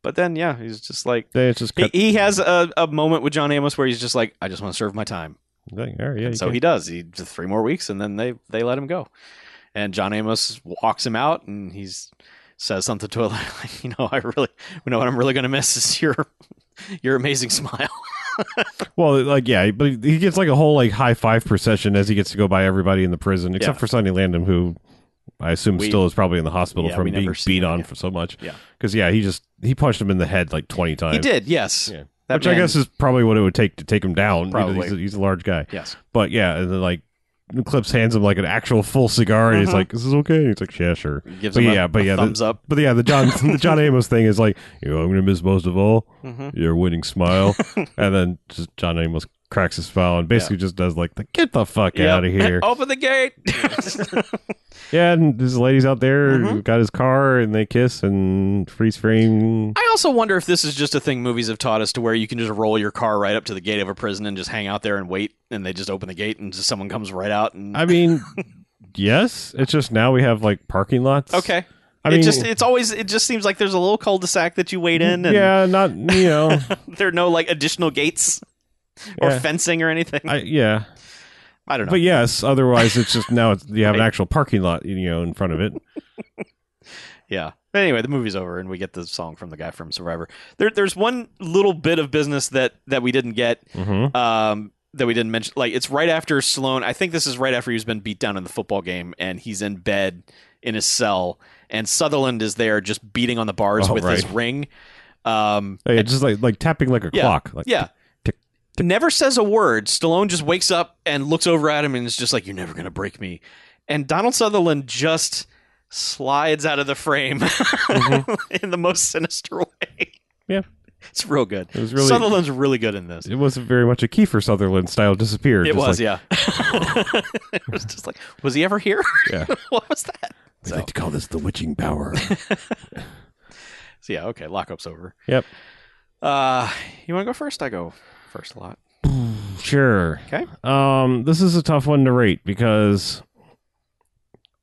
[SPEAKER 1] But then, yeah, he's just like,
[SPEAKER 2] Then it's just
[SPEAKER 1] he,
[SPEAKER 2] cut.
[SPEAKER 1] he has a, a moment with John Amos where he's just like, I just want to serve my time.
[SPEAKER 2] like, all right, yeah,
[SPEAKER 1] And
[SPEAKER 2] you
[SPEAKER 1] so
[SPEAKER 2] can-
[SPEAKER 1] he does. He just three more weeks, and then they they let him go. And John Amos walks him out, and he's says something to it like, like, you know, I really, you know, what I'm really going to miss is your, your amazing smile.
[SPEAKER 2] Well, like yeah, but he gets like a whole like high five procession as he gets to go by everybody in the prison, except
[SPEAKER 1] Yeah.
[SPEAKER 2] for Sonny Landham, who I assume
[SPEAKER 1] We-
[SPEAKER 2] still is probably in the hospital
[SPEAKER 1] Yeah,
[SPEAKER 2] from
[SPEAKER 1] we
[SPEAKER 2] being
[SPEAKER 1] never see
[SPEAKER 2] beat
[SPEAKER 1] him
[SPEAKER 2] on
[SPEAKER 1] again.
[SPEAKER 2] for so much.
[SPEAKER 1] Yeah.
[SPEAKER 2] because yeah, he just he punched him in the head like twenty times.
[SPEAKER 1] he did, yes.
[SPEAKER 2] Yeah.
[SPEAKER 1] That
[SPEAKER 2] which I
[SPEAKER 1] man-
[SPEAKER 2] guess is probably what it would take to take him down. You know,
[SPEAKER 1] Probably.
[SPEAKER 2] he's, a, he's a large guy,
[SPEAKER 1] yes.
[SPEAKER 2] but yeah, and then like Clips hands him like an actual full cigar, and he's
[SPEAKER 1] Mhm.
[SPEAKER 2] like, "Is "This okay." He's like, "Yeah, sure."
[SPEAKER 1] He Gives
[SPEAKER 2] But
[SPEAKER 1] him a-
[SPEAKER 2] yeah, but
[SPEAKER 1] a
[SPEAKER 2] yeah, the-
[SPEAKER 1] thumbs up.
[SPEAKER 2] But yeah, the John the John Amos thing is like, you know, what I'm gonna miss most of all
[SPEAKER 1] hmm
[SPEAKER 2] your winning smile, and then just John Amos cracks his smile and basically just does like the get the fuck out of here.
[SPEAKER 1] Open the gate.
[SPEAKER 2] Yeah, and this lady's out there
[SPEAKER 1] Mhm.
[SPEAKER 2] got his car and they kiss and freeze frame.
[SPEAKER 1] I also wonder if this is just a thing movies have taught us to where you can just roll your car right up to the gate of a prison and just hang out there and wait, and they just open the gate and just someone comes right out and
[SPEAKER 2] I mean, yes, it's just now we have like parking lots.
[SPEAKER 1] okay.
[SPEAKER 2] I mean,
[SPEAKER 1] it just it's always it just seems like there's a little cul-de-sac that you wait in, and
[SPEAKER 2] yeah, not you know,
[SPEAKER 1] there are no like additional gates or
[SPEAKER 2] Yeah.
[SPEAKER 1] fencing or anything. I,
[SPEAKER 2] I yeah,
[SPEAKER 1] don't know.
[SPEAKER 2] but yes, otherwise it's just now it's, you have an
[SPEAKER 1] Right.
[SPEAKER 2] actual parking lot you know in front of it.
[SPEAKER 1] Yeah. But anyway, the movie's over, and we get the song from the guy from Survivor. There, there's one little bit of business that that we didn't get,
[SPEAKER 2] hmm
[SPEAKER 1] um, that we didn't mention. Like it's right after Stallone. I think this is right after he's been beat down in the football game, and he's in bed in his cell, and Sutherland is there just beating on the bars
[SPEAKER 2] Oh,
[SPEAKER 1] with his
[SPEAKER 2] right.
[SPEAKER 1] ring. Um,
[SPEAKER 2] Oh, yeah, just like like tapping like a
[SPEAKER 1] Yeah.
[SPEAKER 2] clock. Like,
[SPEAKER 1] yeah.
[SPEAKER 2] tick,
[SPEAKER 1] Never says a word. Stallone just wakes up and looks over at him and is just like, You're never going to break me. And Donald Sutherland just slides out of the frame in the most sinister way.
[SPEAKER 2] Mm-hmm. Yeah.
[SPEAKER 1] It's real good.
[SPEAKER 2] It was really-
[SPEAKER 1] Sutherland's really good in this.
[SPEAKER 2] It was very much a Kiefer Sutherland style disappear.
[SPEAKER 1] It
[SPEAKER 2] just
[SPEAKER 1] was,
[SPEAKER 2] like,
[SPEAKER 1] yeah. it was just like, was he ever here?
[SPEAKER 2] Yeah.
[SPEAKER 1] what was that? So,
[SPEAKER 2] to call this the witching bower.
[SPEAKER 1] so yeah, okay, lockup's over.
[SPEAKER 2] Yep.
[SPEAKER 1] Uh, you want to go first? I go first a lot.
[SPEAKER 2] sure.
[SPEAKER 1] Okay.
[SPEAKER 2] Um, this is a tough one to rate because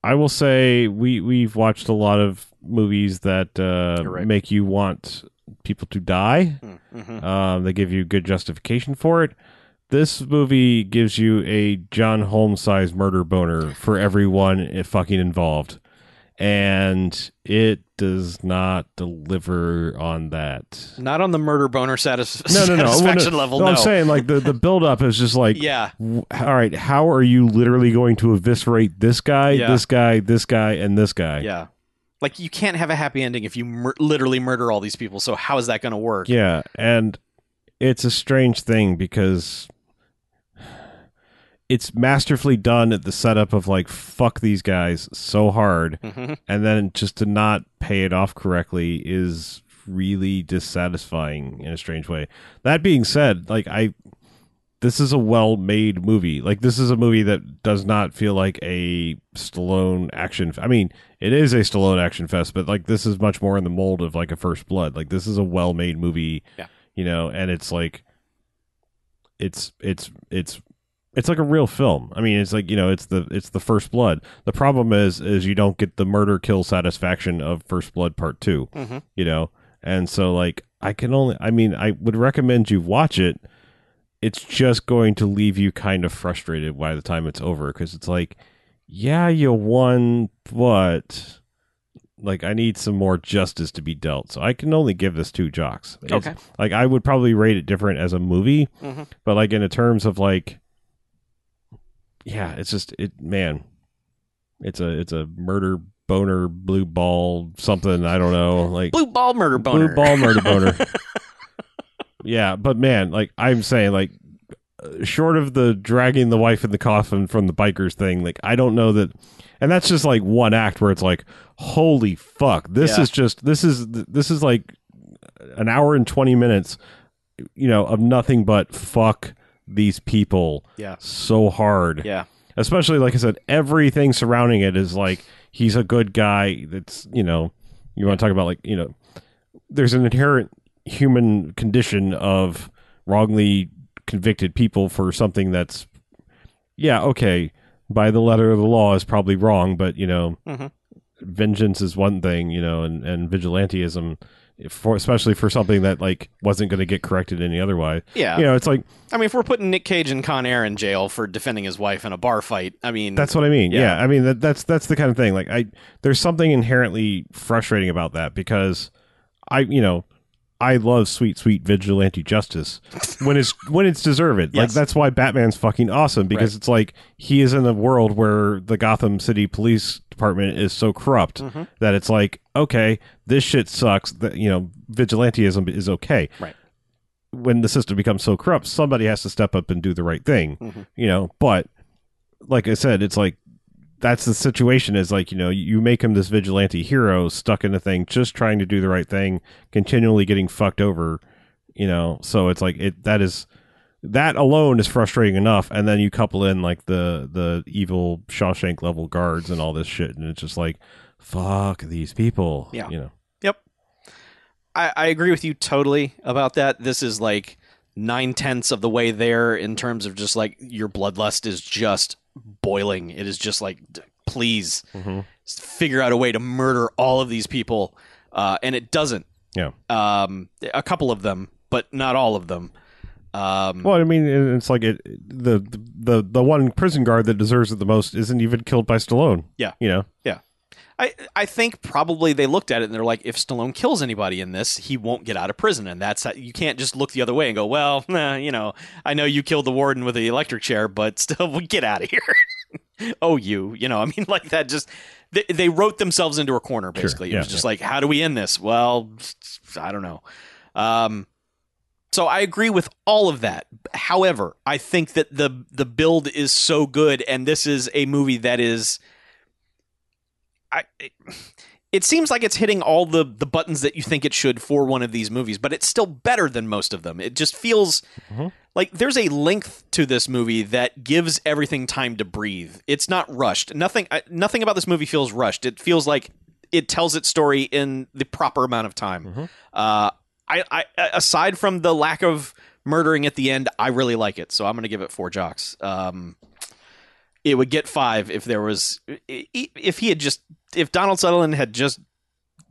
[SPEAKER 2] I will say we we've watched a lot of movies that uh,
[SPEAKER 1] You're right.
[SPEAKER 2] make you want people to die.
[SPEAKER 1] Mm, mhm.
[SPEAKER 2] Um, they give you good justification for it. This movie gives you a John Holmes sized murder boner for everyone it fucking involved. And it does not deliver on that.
[SPEAKER 1] Not on the murder boner satis-
[SPEAKER 2] No, no, no. Well,
[SPEAKER 1] satisfaction
[SPEAKER 2] no,
[SPEAKER 1] level.
[SPEAKER 2] no,
[SPEAKER 1] No,
[SPEAKER 2] I'm saying like the, the build up is just like
[SPEAKER 1] yeah,
[SPEAKER 2] w- all right, how are you literally going to eviscerate this guy,
[SPEAKER 1] Yeah.
[SPEAKER 2] this guy, this guy, and this guy?
[SPEAKER 1] yeah. Like you can't have a happy ending if you mur- literally murder all these people. So how is that going to work?
[SPEAKER 2] Yeah, and it's a strange thing because it's masterfully done at the setup of like fuck these guys so hard,
[SPEAKER 1] Mhm.
[SPEAKER 2] and then just to not pay it off correctly is really dissatisfying in a strange way. That being said, like I this is a well-made movie. Like this is a movie that does not feel like a Stallone action I mean, it is a Stallone action fest, but like this is much more in the mold of like a First Blood. Like this is a well-made movie.
[SPEAKER 1] Yeah.
[SPEAKER 2] You know, and it's like it's it's it's it's like a real film. I mean, it's like you know, it's the it's the First Blood. The problem is is you don't get the murder kill satisfaction of First Blood Part 2
[SPEAKER 1] Mhm.
[SPEAKER 2] You know, and so like I can only I mean I would recommend you watch it. It's just going to leave you kind of frustrated by the time it's over because it's like, yeah, you won, but like I need some more justice to be dealt. So I can only give this two jocks. It's-
[SPEAKER 1] Okay.
[SPEAKER 2] like I would probably rate it different as a movie,
[SPEAKER 1] Mhm.
[SPEAKER 2] but like in the terms of like, yeah, it's just it man, it's a it's a murder boner blue ball something I don't know like
[SPEAKER 1] Blue ball murder boner.
[SPEAKER 2] blue ball murder boner. yeah, but man, like I'm saying, like uh, short of the dragging the wife in the coffin from the bikers thing, like I don't know that, and that's just like one act where it's like, holy fuck, this
[SPEAKER 1] Yeah.
[SPEAKER 2] is just this is this is like an hour and twenty minutes, you know, of nothing but fuck these people
[SPEAKER 1] Yeah.
[SPEAKER 2] so hard
[SPEAKER 1] Yeah.
[SPEAKER 2] especially like I said, everything surrounding it is like he's a good guy. That's you know, you want to talk about like you know, there's an inherent human condition of wrongly convicted people for something that's yeah okay by the letter of the law is probably wrong, but you know,
[SPEAKER 1] Mhm.
[SPEAKER 2] vengeance is one thing, you know, and and vigilantism for especially for something that like wasn't going to get corrected any other way.
[SPEAKER 1] Yeah.
[SPEAKER 2] You know, it's like
[SPEAKER 1] I mean, if we're putting Nick Cage and Con Air in jail for defending his wife in a bar fight, I mean,
[SPEAKER 2] that's what I mean.
[SPEAKER 1] Yeah.
[SPEAKER 2] Yeah, I mean that, that's that's the kind of thing. Like I, there's something inherently frustrating about that because I, you know, I love sweet sweet vigilante justice when it's when it's deserved. Like
[SPEAKER 1] Yes.
[SPEAKER 2] that's why Batman's fucking awesome because it's like he is in a world where the Gotham City Police Department is so corrupt
[SPEAKER 1] Mhm.
[SPEAKER 2] that it's like okay, this shit sucks. That you know, vigilantism is okay.
[SPEAKER 1] Right.
[SPEAKER 2] When the system becomes so corrupt, somebody has to step up and do the right thing
[SPEAKER 1] Mhm.
[SPEAKER 2] you know but like i said it's like that's the situation is like you know you make him this vigilante hero stuck in a thing just trying to do the right thing continually getting fucked over you know so it's like it that is that alone is frustrating enough and then you couple in like the the evil shawshank level guards and all this shit and it's just like fuck these people
[SPEAKER 1] Yeah.
[SPEAKER 2] you know
[SPEAKER 1] I, I agree with you totally about that. This is like nine tenths of the way there in terms of just like your bloodlust is just boiling. It is just like, d- please s- figure out a way to murder all of these people, uh, and it doesn't.
[SPEAKER 2] Yeah.
[SPEAKER 1] Um, a couple of them, but not all of them. Um,
[SPEAKER 2] well i mean it- it's like it the the the one prison guard that deserves it the most isn't even killed by stallone
[SPEAKER 1] Yeah.
[SPEAKER 2] you know
[SPEAKER 1] I I think probably they looked at it and they're like, if Stallone kills anybody in this, he won't get out of prison, and that's how, you can't just look the other way and go, well, nah, you know, I know you killed the warden with the electric chair, but still, we get out of here. oh, you, you know, I mean, like that just. They, they wrote themselves into a corner basically. it
[SPEAKER 2] yeah,
[SPEAKER 1] was just like, how do we end this? Well, I don't know. Um, so I agree with all of that. However, I think that the the build is so good, and this is a movie that is. I. It, it seems like it's hitting all the the buttons that you think it should for one of these movies, but it's still better than most of them. It just feels
[SPEAKER 2] Mhm.
[SPEAKER 1] like there's a length to this movie that gives everything time to breathe. It's not rushed. Nothing I- nothing about this movie feels rushed. It feels like it tells its story in the proper amount of time.
[SPEAKER 2] Mhm.
[SPEAKER 1] Uh, I, I aside from the lack of murdering at the end, I really like it. So I'm going to give it four jocks. Um, it would get five if there was i- i- if he had just if Donald Sutherland had just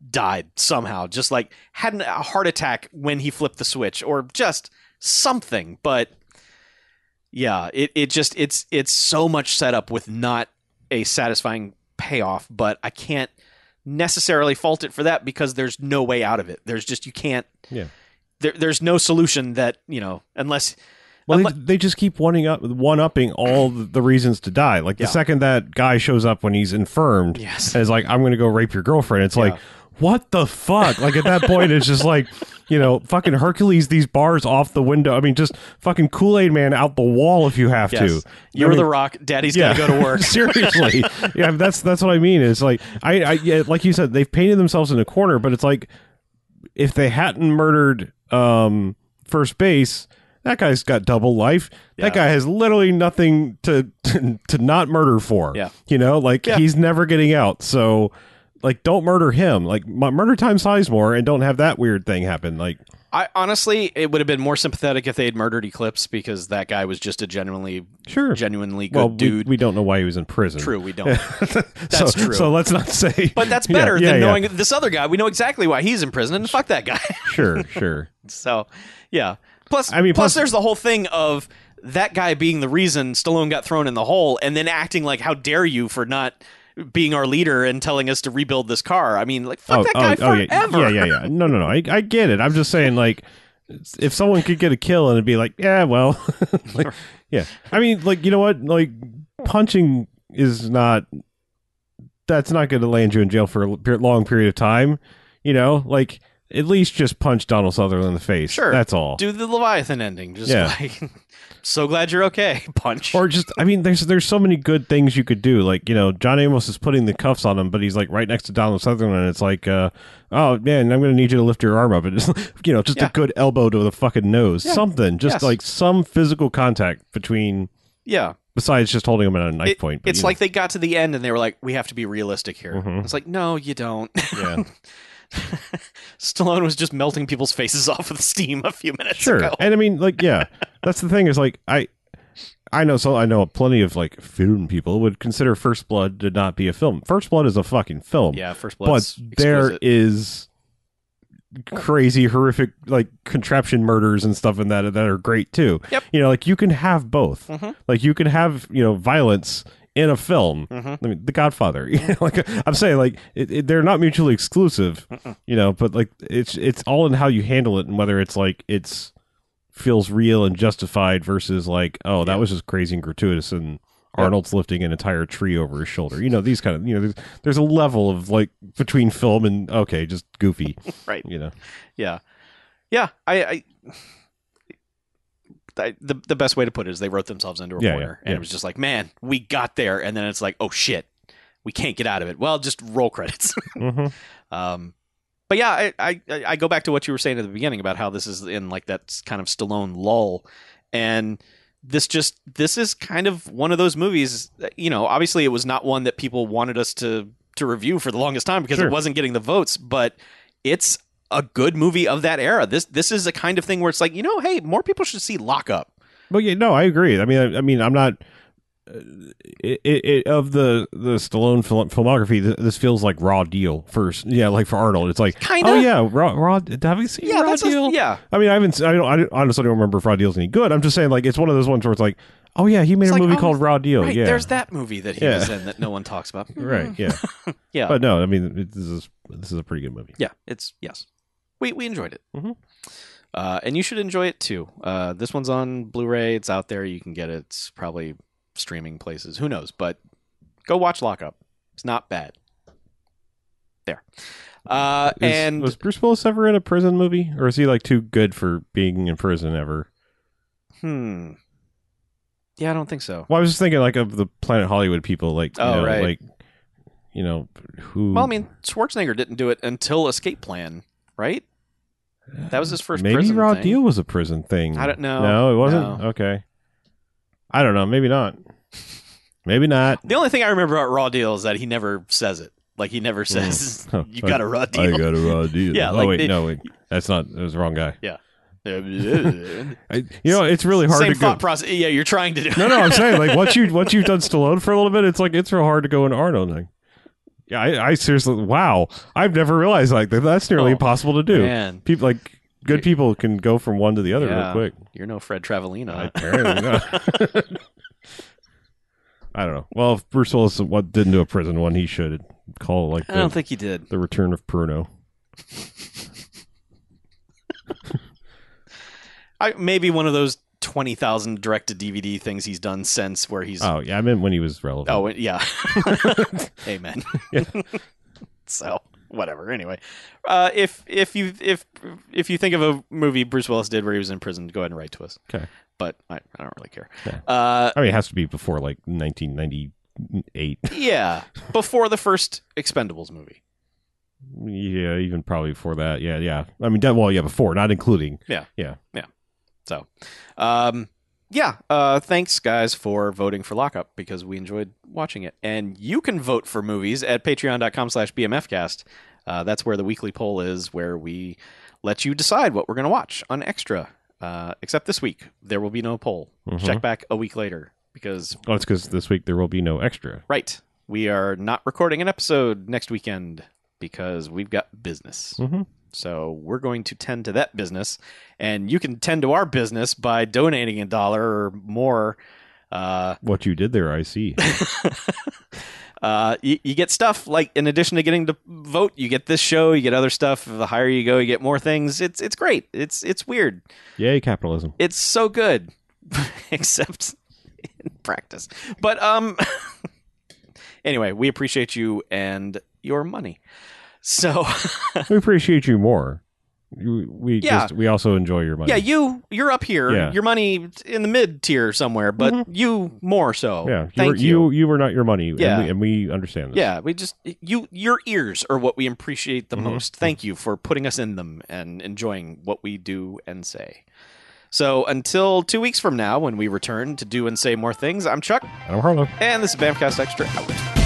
[SPEAKER 1] died somehow, just like had an- a heart attack when he flipped the switch, or just something. But yeah, it it just it's it's so much setup with not a satisfying payoff. But I can't necessarily fault it for that because there's no way out of it. There's just you can't.
[SPEAKER 2] Yeah.
[SPEAKER 1] There, there's no solution that you know unless
[SPEAKER 2] Well,
[SPEAKER 1] Unle-
[SPEAKER 2] they, they just keep wanting up, one upping all the, the reasons to die. Like the
[SPEAKER 1] Yeah.
[SPEAKER 2] second that guy shows up when he's infirmed,
[SPEAKER 1] Yes.
[SPEAKER 2] and is like, "I'm going to go rape your girlfriend." It's
[SPEAKER 1] Yeah.
[SPEAKER 2] like, what the fuck? Like at that point, it's just like, you know, fucking Hercules these bars off the window. I mean, just fucking Kool Aid Man out the wall if you have
[SPEAKER 1] yes,
[SPEAKER 2] to.
[SPEAKER 1] you're
[SPEAKER 2] I mean,
[SPEAKER 1] the rock, daddy's gotta go to work.
[SPEAKER 2] Seriously, yeah, that's that's what I mean. It's like I, I yeah, like you said, they've painted themselves in a corner, but it's like if they hadn't murdered um, first base, that guy's got double life.
[SPEAKER 1] Yeah.
[SPEAKER 2] That guy has literally nothing to, to to not murder for.
[SPEAKER 1] Yeah.
[SPEAKER 2] you know, like
[SPEAKER 1] Yeah.
[SPEAKER 2] he's never getting out. So. Like, don't murder him. Like, mu- murder time Sizemore, and don't have that weird thing happen. Like,
[SPEAKER 1] I honestly, it would have been more sympathetic if they had murdered Eclipse because that guy was just a genuinely,
[SPEAKER 2] sure,
[SPEAKER 1] genuinely good
[SPEAKER 2] well, we-
[SPEAKER 1] dude.
[SPEAKER 2] We, don't know why he was in prison.
[SPEAKER 1] True, we don't.
[SPEAKER 2] That's
[SPEAKER 1] true.
[SPEAKER 2] So let's not say.
[SPEAKER 1] But that's
[SPEAKER 2] Yeah,
[SPEAKER 1] better
[SPEAKER 2] yeah,
[SPEAKER 1] than
[SPEAKER 2] yeah.
[SPEAKER 1] knowing this other guy. We know exactly why he's in prison, and fuck that guy.
[SPEAKER 2] Sure, sure.
[SPEAKER 1] so, yeah. Plus,
[SPEAKER 2] I mean,
[SPEAKER 1] plus,
[SPEAKER 2] plus-
[SPEAKER 1] there's the whole thing of that guy being the reason Stallone got thrown in the hole, and then acting like, "How dare you for not being our leader and telling us to rebuild this car?" I mean, like, fuck that guy
[SPEAKER 2] Oh, yeah,
[SPEAKER 1] forever.
[SPEAKER 2] yeah, yeah, yeah. No, no, no. I, I get it. I'm just saying, like, if someone could get a kill and it'd be like, yeah, well, like, yeah. I mean, like, you know what? Like, punching is not. That's not going to land you in jail for a l- per- long period of time. You know, like at least just punch Donald Sutherland in the face.
[SPEAKER 1] Sure.
[SPEAKER 2] that's all.
[SPEAKER 1] Do the Leviathan ending, just
[SPEAKER 2] Yeah.
[SPEAKER 1] like, so glad you're okay. Punch.
[SPEAKER 2] or just, I mean, there's there's so many good things you could do. Like, you know, John Amos is putting the cuffs on him, but he's like right next to Donald Sutherland. And it's like, uh, oh man, I'm going to need you to lift your arm up, and just you know, just
[SPEAKER 1] Yeah.
[SPEAKER 2] a good elbow to the fucking nose, something, just
[SPEAKER 1] Yes.
[SPEAKER 2] like some physical contact between.
[SPEAKER 1] yeah.
[SPEAKER 2] Besides just holding him at a knife
[SPEAKER 1] It-
[SPEAKER 2] point, but,
[SPEAKER 1] it's
[SPEAKER 2] you know.
[SPEAKER 1] like they got to the end and they were like, "We have to be realistic here."
[SPEAKER 2] Mhm.
[SPEAKER 1] It's like, no, you don't.
[SPEAKER 2] yeah,
[SPEAKER 1] Stallone was just melting people's faces off with steam a few minutes
[SPEAKER 2] sure.
[SPEAKER 1] ago.
[SPEAKER 2] And I mean, like, yeah, that's the thing is like I. I know so I know plenty of like film people would consider First Blood to not be a film. First Blood is a fucking film.
[SPEAKER 1] Yeah, first blood.
[SPEAKER 2] but there is crazy, horrific, like contraption murders and stuff in that that are great too.
[SPEAKER 1] Yep.
[SPEAKER 2] You know, like you can have both.
[SPEAKER 1] Mhm.
[SPEAKER 2] Like you can have you know violence in a film.
[SPEAKER 1] Mhm.
[SPEAKER 2] I mean, The Godfather. You know, like I'm saying, like it, it, they're not mutually exclusive. You know, but like it's it's all in how you handle it and whether it's like it's feels real and justified versus like oh that
[SPEAKER 1] Yeah.
[SPEAKER 2] was just crazy and gratuitous and
[SPEAKER 1] Yeah.
[SPEAKER 2] Arnold's lifting an entire tree over his shoulder. You know these kind of you know there's, there's a level of like between film and okay just goofy.
[SPEAKER 1] Right.
[SPEAKER 2] You know.
[SPEAKER 1] Yeah, yeah. I, I, I the the best way to put it is they wrote themselves into a
[SPEAKER 2] Yeah,
[SPEAKER 1] corner,
[SPEAKER 2] yeah,
[SPEAKER 1] and
[SPEAKER 2] yeah.
[SPEAKER 1] it was just like, man, we got there, and then it's like, oh shit, we can't get out of it. Well, just roll credits.
[SPEAKER 2] Mm-hmm.
[SPEAKER 1] um, but yeah, I, I I go back to what you were saying at the beginning about how this is in like that kind of Stallone lull, and this just this is kind of one of those movies. That, you know, obviously it was not one that people wanted us to to review for the longest time because
[SPEAKER 2] Sure.
[SPEAKER 1] it wasn't getting the votes, but it's a good movie of that era. This this is the kind of thing where it's like, you know, hey, more people should see Lock Up.
[SPEAKER 2] But yeah, no, I agree. I mean, I, I mean, I'm not. uh, It, it, it, of the the Stallone fil- filmography, th- this feels like raw deal first. Yeah, like for Arnold, it's like
[SPEAKER 1] Kinda.
[SPEAKER 2] Oh yeah, raw. raw have you seen
[SPEAKER 1] Yeah,
[SPEAKER 2] raw
[SPEAKER 1] that's a,
[SPEAKER 2] deal?
[SPEAKER 1] yeah.
[SPEAKER 2] I mean, I haven't. I don't. I don't- honestly don't remember if raw deal's any good. I'm just saying, like, it's one of those ones where it's like, oh yeah, he made
[SPEAKER 1] It's
[SPEAKER 2] a
[SPEAKER 1] like,
[SPEAKER 2] movie
[SPEAKER 1] oh,
[SPEAKER 2] called Raw Deal.
[SPEAKER 1] Right,
[SPEAKER 2] yeah,
[SPEAKER 1] there's Mm. that movie that he
[SPEAKER 2] Yeah.
[SPEAKER 1] was in that no one talks about.
[SPEAKER 2] right. Yeah,
[SPEAKER 1] Yeah.
[SPEAKER 2] but no, I mean, it, this is this is a pretty good movie.
[SPEAKER 1] Yeah, it's yes. We we enjoyed it.
[SPEAKER 2] Mhm.
[SPEAKER 1] Uh, and you should enjoy it too. Uh, this one's on Blu-ray. It's out there. You can get it. It's probably streaming places. Who knows? But go watch Lockup. It's not bad. There. Uh,
[SPEAKER 2] Is-
[SPEAKER 1] and
[SPEAKER 2] was Bruce Willis ever in a prison movie, or is he like too good for being in prison ever?
[SPEAKER 1] hmm. Yeah, I don't think so.
[SPEAKER 2] Well, I was just thinking like of the Planet Hollywood people, like you
[SPEAKER 1] Oh,
[SPEAKER 2] know,
[SPEAKER 1] right.
[SPEAKER 2] like you know who.
[SPEAKER 1] Well, I mean, Schwarzenegger didn't do it until Escape Plan, right? That was his first
[SPEAKER 2] maybe
[SPEAKER 1] prison
[SPEAKER 2] Raw
[SPEAKER 1] thing.
[SPEAKER 2] Deal was a prison thing.
[SPEAKER 1] I don't know.
[SPEAKER 2] No, it wasn't.
[SPEAKER 1] No.
[SPEAKER 2] Okay, I don't know. Maybe not. Maybe not.
[SPEAKER 1] The only thing I remember about Raw Deal is that he never says it. Like he
[SPEAKER 2] Mm.
[SPEAKER 1] never says,
[SPEAKER 2] Huh.
[SPEAKER 1] "You got a raw deal."
[SPEAKER 2] Oh, got a raw deal.
[SPEAKER 1] Yeah,
[SPEAKER 2] Oh
[SPEAKER 1] like
[SPEAKER 2] wait,
[SPEAKER 1] they-
[SPEAKER 2] no wait, that's not. It was the wrong guy.
[SPEAKER 1] Same
[SPEAKER 2] I, you know, it's really hard to go.
[SPEAKER 1] thought process. Yeah, you're trying to do.
[SPEAKER 2] no, no, I'm saying like once you once you've done Stallone for a little bit, it's like it's real hard to go into Arnold. Like, yeah, I, I seriously, wow, I've never realized like that. That's
[SPEAKER 1] Oh,
[SPEAKER 2] nearly impossible to do.
[SPEAKER 1] Man,
[SPEAKER 2] people like good people can go from one to the other
[SPEAKER 1] Yeah. Uh.
[SPEAKER 2] real quick.
[SPEAKER 1] you're no Fred Travellino.
[SPEAKER 2] Apparently not. I don't know. Well, if Bruce Willis what didn't do a prison one, he should call it like
[SPEAKER 1] I don't
[SPEAKER 2] the,
[SPEAKER 1] think he did.
[SPEAKER 2] the return of Pruno.
[SPEAKER 1] I, maybe one of those twenty thousand direct to DVD things he's done since, where he's. Oh,
[SPEAKER 2] Oh yeah, I meant when he was relevant.
[SPEAKER 1] yeah. Amen.
[SPEAKER 2] Yeah.
[SPEAKER 1] so whatever. Anyway, uh, if if you if if you think of a movie Bruce Willis did where he was in prison, go ahead and write to us.
[SPEAKER 2] Okay.
[SPEAKER 1] But I, I don't really care.
[SPEAKER 2] Yeah.
[SPEAKER 1] Uh,
[SPEAKER 2] I mean, it has to be before like 1998.
[SPEAKER 1] yeah. Before the first Expendables movie.
[SPEAKER 2] yeah, even probably before that. Yeah, yeah. I mean, that- well, yeah, before, not including.
[SPEAKER 1] So, um, yeah, uh, thanks guys for voting for Lockup because we enjoyed watching it. And you can vote for movies at patreon.com slash bmfcast. Uh, that's where the weekly poll is, where we let you decide what we're going to watch on Extra. Uh, except this week, there will be no poll.
[SPEAKER 2] Mhm.
[SPEAKER 1] Check back a week later because,
[SPEAKER 2] Well, it's because this week there will be no extra.
[SPEAKER 1] right, we are not recording an episode next weekend because we've got business.
[SPEAKER 2] Mhm.
[SPEAKER 1] So we're going to tend to that business, and you can tend to our business by donating a dollar or more. Uh,
[SPEAKER 2] What you did there, I see.
[SPEAKER 1] uh, you, you get stuff like in addition to getting to vote, you get this show, you get other stuff. The higher you go, you get more things. It's it's great. It's it's weird.
[SPEAKER 2] Yay, capitalism.
[SPEAKER 1] It's so good, except in practice. But um, anyway, we appreciate you and your money. So.
[SPEAKER 2] we appreciate you more. You- We
[SPEAKER 1] Yeah.
[SPEAKER 2] just we also enjoy your money.
[SPEAKER 1] Yeah, you you're up here.
[SPEAKER 2] Yeah.
[SPEAKER 1] Your money in the mid tier somewhere, but you more so.
[SPEAKER 2] yeah. You, were,
[SPEAKER 1] Thank
[SPEAKER 2] you. you were not your money.
[SPEAKER 1] Yeah.
[SPEAKER 2] and, we, and we understand this.
[SPEAKER 1] Yeah, we just you your ears are what we appreciate the
[SPEAKER 2] Mhm.
[SPEAKER 1] most. Thank you for putting us in them and enjoying what we do and say. So until two weeks from now, when we return to do and say more things, I'm Chuck,
[SPEAKER 2] And I'm Harlow.
[SPEAKER 1] and this is Bamcast Extra out.